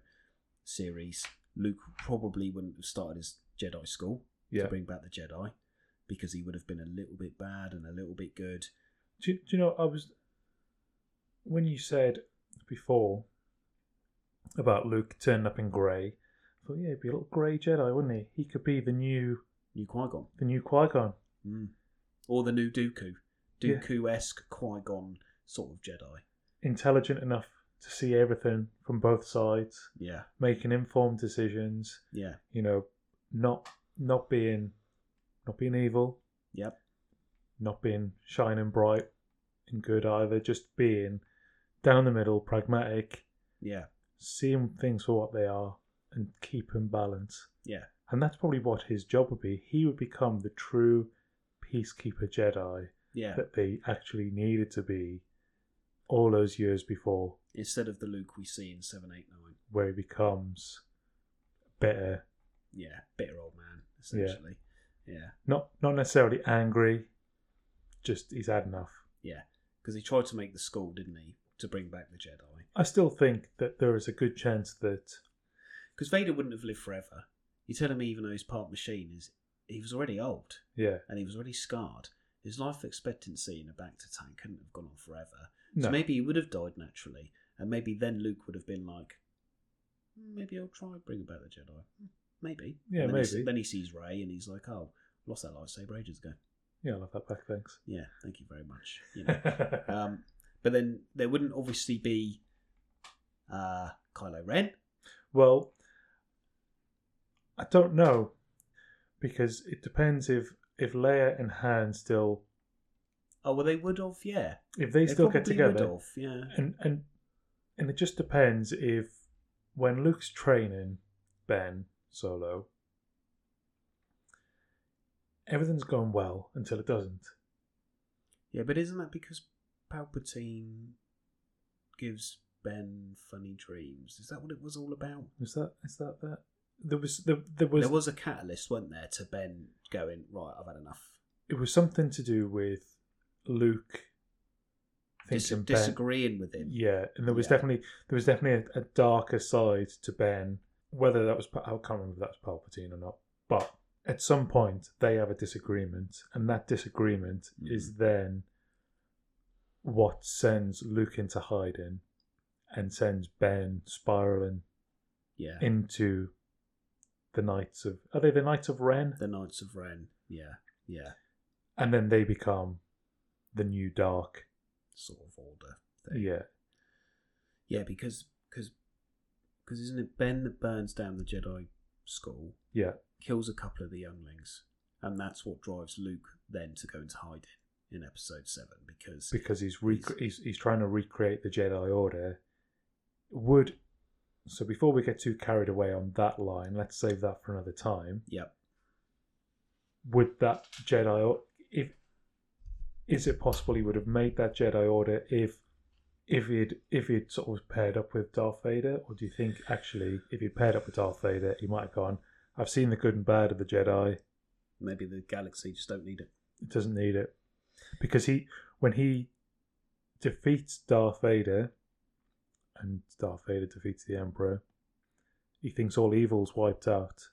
Speaker 2: series, Luke probably wouldn't have started his Jedi school
Speaker 1: Yeah.
Speaker 2: to bring back the Jedi because he would have been a little bit bad and a little bit good.
Speaker 1: Do, you- do you know I was when you said before about Luke turning up in grey, I thought, yeah, he'd be a little grey Jedi, wouldn't he? He could be the new
Speaker 2: New Qui Gon,
Speaker 1: the new Qui Gon.
Speaker 2: mm. or the new Dooku,
Speaker 1: Yeah.
Speaker 2: Dooku esque Qui Gon sort of Jedi.
Speaker 1: Intelligent enough to see everything from both sides,
Speaker 2: Yeah,
Speaker 1: making informed decisions,
Speaker 2: yeah,
Speaker 1: you know, not not being not being evil,
Speaker 2: yep,
Speaker 1: not being shining bright and good either, just being down the middle, pragmatic,
Speaker 2: yeah,
Speaker 1: seeing things for what they are, and keeping balance.
Speaker 2: Yeah.
Speaker 1: And that's probably what his job would be. He would become the true peacekeeper Jedi
Speaker 2: yeah.
Speaker 1: that they actually needed to be all those years before,
Speaker 2: Instead of the Luke we see in seven, eight, nine.
Speaker 1: where he becomes better.
Speaker 2: yeah, bitter old man, essentially. Yeah,
Speaker 1: Not not necessarily angry, just he's had enough.
Speaker 2: yeah. Because he tried to make the school, didn't he, to bring back the Jedi?
Speaker 1: I still think that there is a good chance that
Speaker 2: Because Vader wouldn't have lived forever. You're telling me, even though he's part machine, is he was already old
Speaker 1: yeah.
Speaker 2: and he was already scarred. His life expectancy in a Bacta tank couldn't have gone on forever.
Speaker 1: No.
Speaker 2: So maybe he would have died naturally, and maybe then Luke would have been like, "Mm, maybe I'll try and bring about the Jedi. Mm, Maybe.
Speaker 1: Yeah,
Speaker 2: And then He,
Speaker 1: maybe.
Speaker 2: se- then he sees Ray and he's like, oh, lost that lightsaber ages ago.
Speaker 1: Yeah, I love that back, thanks.
Speaker 2: Yeah, thank you very much. You know. Um, but then there wouldn't obviously be uh, Kylo Ren.
Speaker 1: well, I don't know because it depends if if Leia and Han still
Speaker 2: Oh well, they would have, yeah.
Speaker 1: if they still get
Speaker 2: probably would
Speaker 1: together
Speaker 2: have, yeah,
Speaker 1: and and and it just depends if when Luke's training Ben Solo everything's going well until it doesn't.
Speaker 2: yeah. But isn't that because Palpatine gives Ben funny dreams? Is that what it was all about?
Speaker 1: Is that is that that there was there, there was
Speaker 2: there was a catalyst, wasn't there, to Ben going right? I've had enough.
Speaker 1: it was something to do with Luke
Speaker 2: Dis-
Speaker 1: thinking Ben-
Speaker 2: disagreeing with him.
Speaker 1: Yeah, and there was
Speaker 2: Yeah.
Speaker 1: definitely there was definitely a, a darker side to Ben. Whether that was Pa- I can't remember if that was Palpatine or not, but at some point they have a disagreement, and that disagreement
Speaker 2: Mm.
Speaker 1: is then what sends Luke into hiding, and sends Ben spiraling
Speaker 2: Yeah,
Speaker 1: into the Knights of are they the Knights of Ren?
Speaker 2: the Knights of Ren. Yeah, yeah,
Speaker 1: And then they become the new Dark.
Speaker 2: sort of order.
Speaker 1: Yeah,
Speaker 2: Yeah, because because because isn't it Ben that burns down the Jedi school,
Speaker 1: yeah,
Speaker 2: kills a couple of the younglings, and that's what drives Luke then to go into hiding in Episode Seven because
Speaker 1: because he's, rec- he's he's trying to recreate the Jedi Order would so before we get too carried away on that line, let's save that for another time.
Speaker 2: Yep.
Speaker 1: Would that Jedi or if is it possible he would have made that Jedi Order if if he'd if he'd sort of paired up with Darth Vader, or do you think actually if he paired up with Darth Vader, he might have gone, I've seen the good and bad of the Jedi.
Speaker 2: Maybe the galaxy just don't need it.
Speaker 1: It doesn't need it. Because he when he defeats Darth Vader and Darth Vader defeats the Emperor, he thinks all evil's wiped out.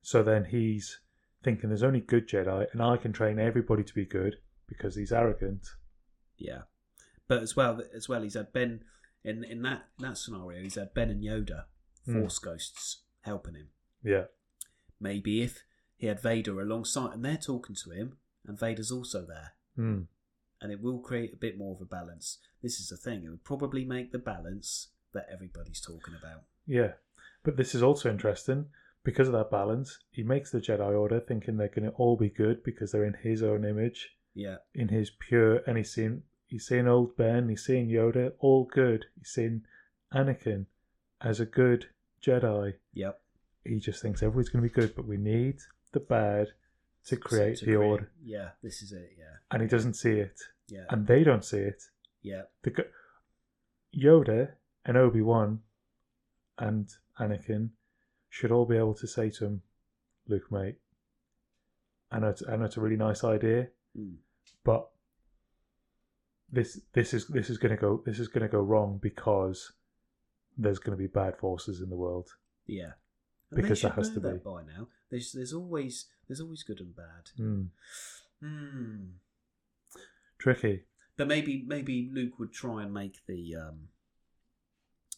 Speaker 1: So then he's thinking there's only good Jedi and I can train everybody to be good because he's arrogant.
Speaker 2: Yeah. But as well as well he's had Ben in in that, that scenario, he's had Ben and Yoda,
Speaker 1: Hmm.
Speaker 2: force ghosts, helping him.
Speaker 1: Yeah.
Speaker 2: Maybe if he had Vader alongside and they're talking to him and Vader's also there.
Speaker 1: Mm.
Speaker 2: And it will create a bit more of a balance. This is the thing, it would probably make the balance that everybody's talking about.
Speaker 1: Yeah. But this is also interesting. Because of that balance, he makes the Jedi Order thinking they're going to all be good because they're in his own image,
Speaker 2: Yeah.
Speaker 1: in his pure, and he's seeing, he's seeing old Ben, he's seeing Yoda, all good. He's seeing Anakin as a good Jedi.
Speaker 2: Yep.
Speaker 1: He just thinks everybody's going to be good, but we need the bad to create
Speaker 2: So
Speaker 1: the order.
Speaker 2: Yeah, this is it. Yeah,
Speaker 1: And he doesn't see it.
Speaker 2: yeah,
Speaker 1: And they don't see it.
Speaker 2: yeah,
Speaker 1: the go- Yoda and Obi Wan and Anakin should all be able to say to him, "Luke, mate, I know it's, I know it's a really nice idea,
Speaker 2: Mm.
Speaker 1: but this this is this is gonna go this is gonna go wrong because there's gonna be bad forces in the world.
Speaker 2: yeah. they
Speaker 1: Because there
Speaker 2: should
Speaker 1: has
Speaker 2: know
Speaker 1: to
Speaker 2: that
Speaker 1: be.
Speaker 2: by now. There's there's always there's always good and bad.
Speaker 1: Hmm,
Speaker 2: Hmm.
Speaker 1: Tricky.
Speaker 2: But maybe maybe Luke would try and make the um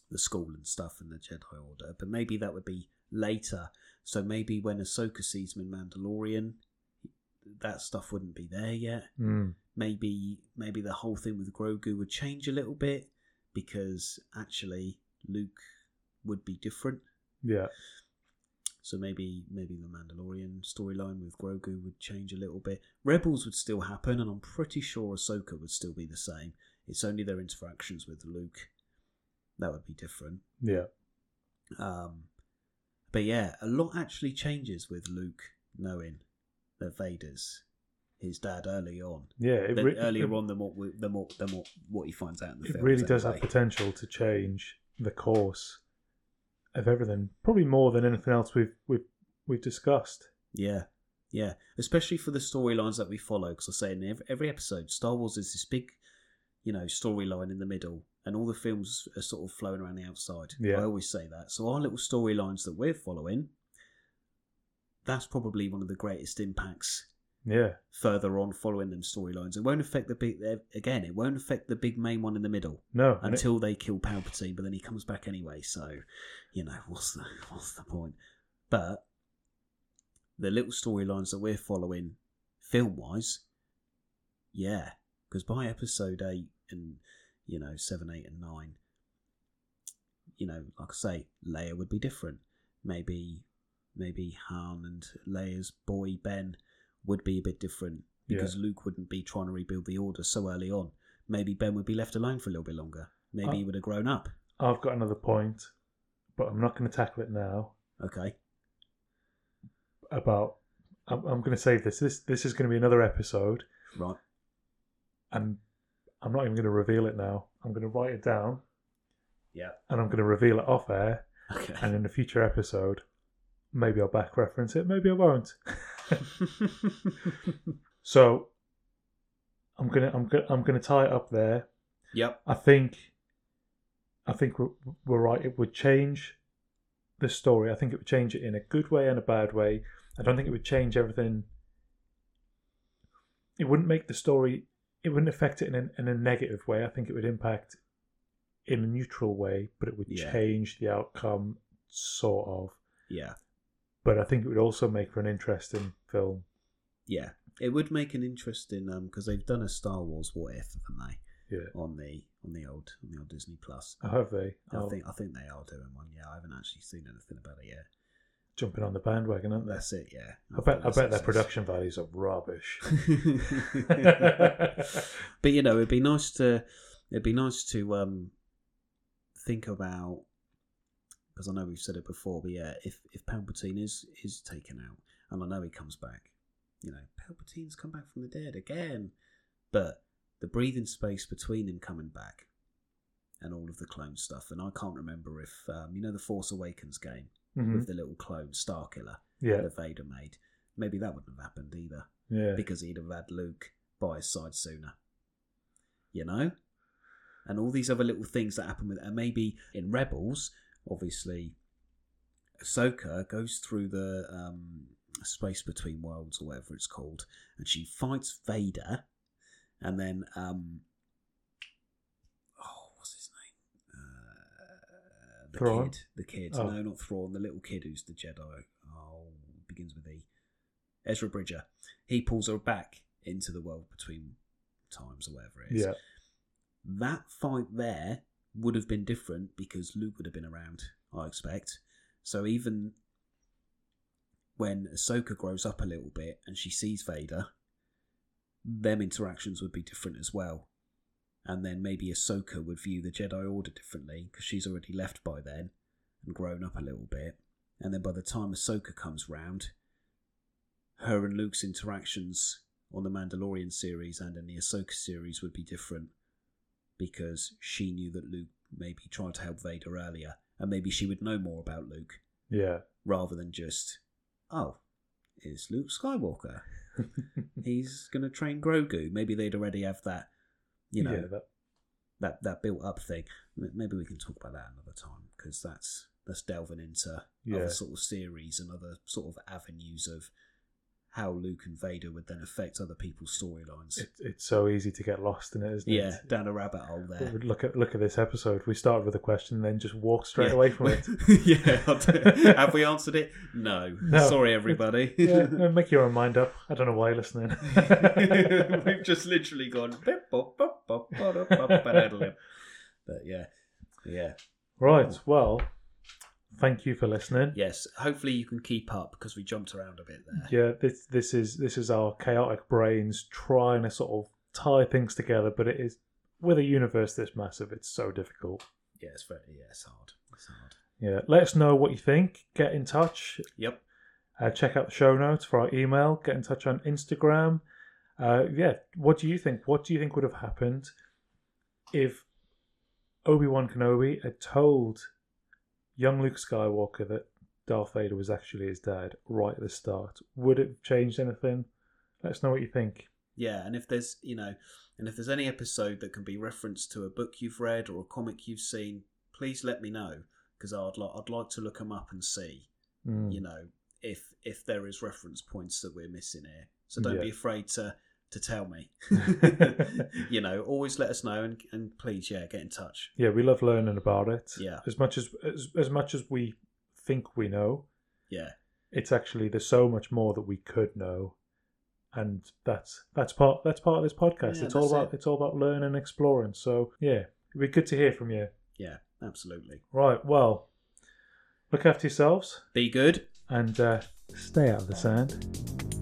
Speaker 2: the school and stuff and the Jedi Order, but maybe that would be later. So maybe when Ahsoka sees him in Mandalorian, that stuff wouldn't be there yet.
Speaker 1: Hmm,
Speaker 2: maybe maybe the whole thing with Grogu would change a little bit because actually Luke would be different.
Speaker 1: yeah,
Speaker 2: So maybe maybe the Mandalorian storyline with Grogu would change a little bit. Rebels would still happen, and I'm pretty sure Ahsoka would still be the same. It's only their interactions with Luke that would be different.
Speaker 1: yeah.
Speaker 2: Um, but yeah, a lot actually changes with Luke knowing that Vader's his dad early on
Speaker 1: Yeah, it
Speaker 2: than
Speaker 1: re-
Speaker 2: earlier
Speaker 1: it-
Speaker 2: on than what we, than what than what, what he finds out in the
Speaker 1: it
Speaker 2: film.
Speaker 1: really does have potential to change the course of everything, probably more than anything else we've we've we've discussed.
Speaker 2: Yeah, yeah, especially for the storylines that we follow. Because I say in every, every episode, Star Wars is this big, you know, storyline in the middle, and all the films are sort of flowing around the outside.
Speaker 1: Yeah.
Speaker 2: I always say that. So our little storylines that we're following, that's probably one of the greatest impacts
Speaker 1: Yeah,
Speaker 2: further on following them storylines. It won't affect the big e-, again. It won't affect the big main one in the middle.
Speaker 1: no, and it-
Speaker 2: until they kill Palpatine, but then he comes back anyway. So, you know, what's the what's the point? But the little storylines that we're following, film wise, yeah, because by episode eight and you know seven, eight, and nine, you know, like I say, Leia would be different. Maybe, maybe Han and Leia's boy Ben would be a bit different
Speaker 1: Yeah.
Speaker 2: because Luke wouldn't be trying to rebuild the order so early on maybe Ben would be left alone for a little bit longer. Maybe
Speaker 1: Oh.
Speaker 2: he would have grown up.
Speaker 1: I've got another point, but I'm not going to tackle it now.
Speaker 2: Okay.
Speaker 1: About I'm, I'm going to save this. This this is going to be another episode,
Speaker 2: Right.
Speaker 1: and I'm not even going to reveal it now. I'm going to write it down,
Speaker 2: Yeah.
Speaker 1: and I'm going to reveal it off air.
Speaker 2: Okay.
Speaker 1: And in a future episode, maybe I'll back reference it. Maybe I won't. So I'm gonna I'm gonna I'm gonna tie it up there.
Speaker 2: yep.
Speaker 1: I think I think we're, we're right. It would change the story. I think it would change it in a good way and a bad way. I don't think it would change everything. It wouldn't make the story. It wouldn't affect it in a, in a negative way. I think it would impact in a neutral way, but it would
Speaker 2: Yeah.
Speaker 1: change the outcome sort of.
Speaker 2: Yeah.
Speaker 1: But I think it would also make for an interesting film.
Speaker 2: Yeah. It would make an interesting um because they've done a Star Wars What If, haven't they?
Speaker 1: Yeah.
Speaker 2: On the on the old on the old Disney Plus.
Speaker 1: I hope they
Speaker 2: I
Speaker 1: are
Speaker 2: think I think they are doing one. Yeah, I haven't actually seen anything about it yet.
Speaker 1: jumping on the bandwagon, aren't they?
Speaker 2: That's it. Yeah.
Speaker 1: Oh, I bet, I bet
Speaker 2: think
Speaker 1: their
Speaker 2: that's
Speaker 1: production values are rubbish.
Speaker 2: it. but you know, it'd be nice to it'd be nice to um think about because I know we've said it before, but yeah, if if Palpatine is is taken out, and I know he comes back, you know, Palpatine's come back from the dead again, but the breathing space between him coming back, and all of the clone stuff, and I can't remember if um, you know the Force Awakens game
Speaker 1: Mhm.
Speaker 2: with the little clone Star Killer
Speaker 1: Yeah,
Speaker 2: that Vader made, maybe that wouldn't have happened either
Speaker 1: yeah.
Speaker 2: because he'd have had Luke by his side sooner. You know? And all these other little things that happen with and maybe in Rebels, obviously Ahsoka goes through the um, space between worlds or whatever it's called, and she fights Vader and then um Oh, what's his name? Uh, the
Speaker 1: Thrawn?
Speaker 2: kid. The kid.
Speaker 1: Oh.
Speaker 2: No, not Thrawn, the little kid who's the Jedi. Oh begins with E. Ezra Bridger he pulls her back into the world between times or whatever it is.
Speaker 1: Yeah,
Speaker 2: That fight there would have been different because Luke would have been around, I expect. So even when Ahsoka grows up a little bit and she sees Vader, them interactions would be different as well. And then maybe Ahsoka would view the Jedi Order differently because she's already left by then and grown up a little bit. And then by the time Ahsoka comes round, her and Luke's interactions on the Mandalorian series and in the Ahsoka series would be different because she knew that Luke maybe tried to help Vader earlier and maybe she would know more about Luke
Speaker 1: yeah.
Speaker 2: rather than just, oh, it's Luke Skywalker. He's going to train Grogu. Maybe they'd already have that, you know,
Speaker 1: yeah, that,
Speaker 2: that, that built up thing. M- Maybe we can talk about that another time because that's, that's delving into
Speaker 1: yeah.
Speaker 2: other sort of series and other sort of avenues of how Luke and Vader would then affect other people's storylines.
Speaker 1: It, it's so easy to get lost in it, isn't
Speaker 2: Yeah,
Speaker 1: it?
Speaker 2: down a rabbit hole
Speaker 1: But
Speaker 2: there.
Speaker 1: we- Look at look at this episode. We started with a question, and then just walked straight away from it.
Speaker 2: yeah, I don't- have we answered it? No.
Speaker 1: No.
Speaker 2: Sorry, everybody.
Speaker 1: Yeah, no, make your own mind up. I don't know why you're listening.
Speaker 2: We've just literally gone. "Bip, bop, bop, bop, bada, bop, bada-da-da." but yeah, yeah,
Speaker 1: right. Well, thank you for listening.
Speaker 2: yes. Hopefully, you can keep up because we jumped around a bit there.
Speaker 1: yeah this this is this is our chaotic brains trying to sort of tie things together but it is with a universe this massive it's so difficult
Speaker 2: Yeah, it's very, yeah, it's hard. It's hard.
Speaker 1: yeah let us know what you think get in touch
Speaker 2: Yep.
Speaker 1: uh, check out the show notes for our email get in touch on instagram uh, yeah what do you think what do you think would have happened if obi-wan kenobi had told young luke skywalker that darth vader was actually his dad right at the start would it have changed anything let us know what you think
Speaker 2: Yeah, and if there's you know, and if there's any episode that can be referenced to a book you've read or a comic you've seen, please let me know because I'd like I'd like to look them up and see
Speaker 1: Mm.
Speaker 2: you know if if there is reference points that we're missing here. So don't
Speaker 1: Yeah.
Speaker 2: be afraid to to tell me. you know, always let us know and and please yeah get in touch.
Speaker 1: Yeah, we love learning about it.
Speaker 2: Yeah.
Speaker 1: As much as as, as much as we think we know,
Speaker 2: Yeah,
Speaker 1: it's actually there's so much more that we could know. And that's that's part that's part of this podcast.
Speaker 2: Yeah,
Speaker 1: it's all
Speaker 2: that's
Speaker 1: about
Speaker 2: it.
Speaker 1: it's all about learning and exploring. So yeah, it'd be good to hear from you.
Speaker 2: yeah, absolutely.
Speaker 1: Right, well, look after yourselves
Speaker 2: Be good.
Speaker 1: and uh, stay out of the sand.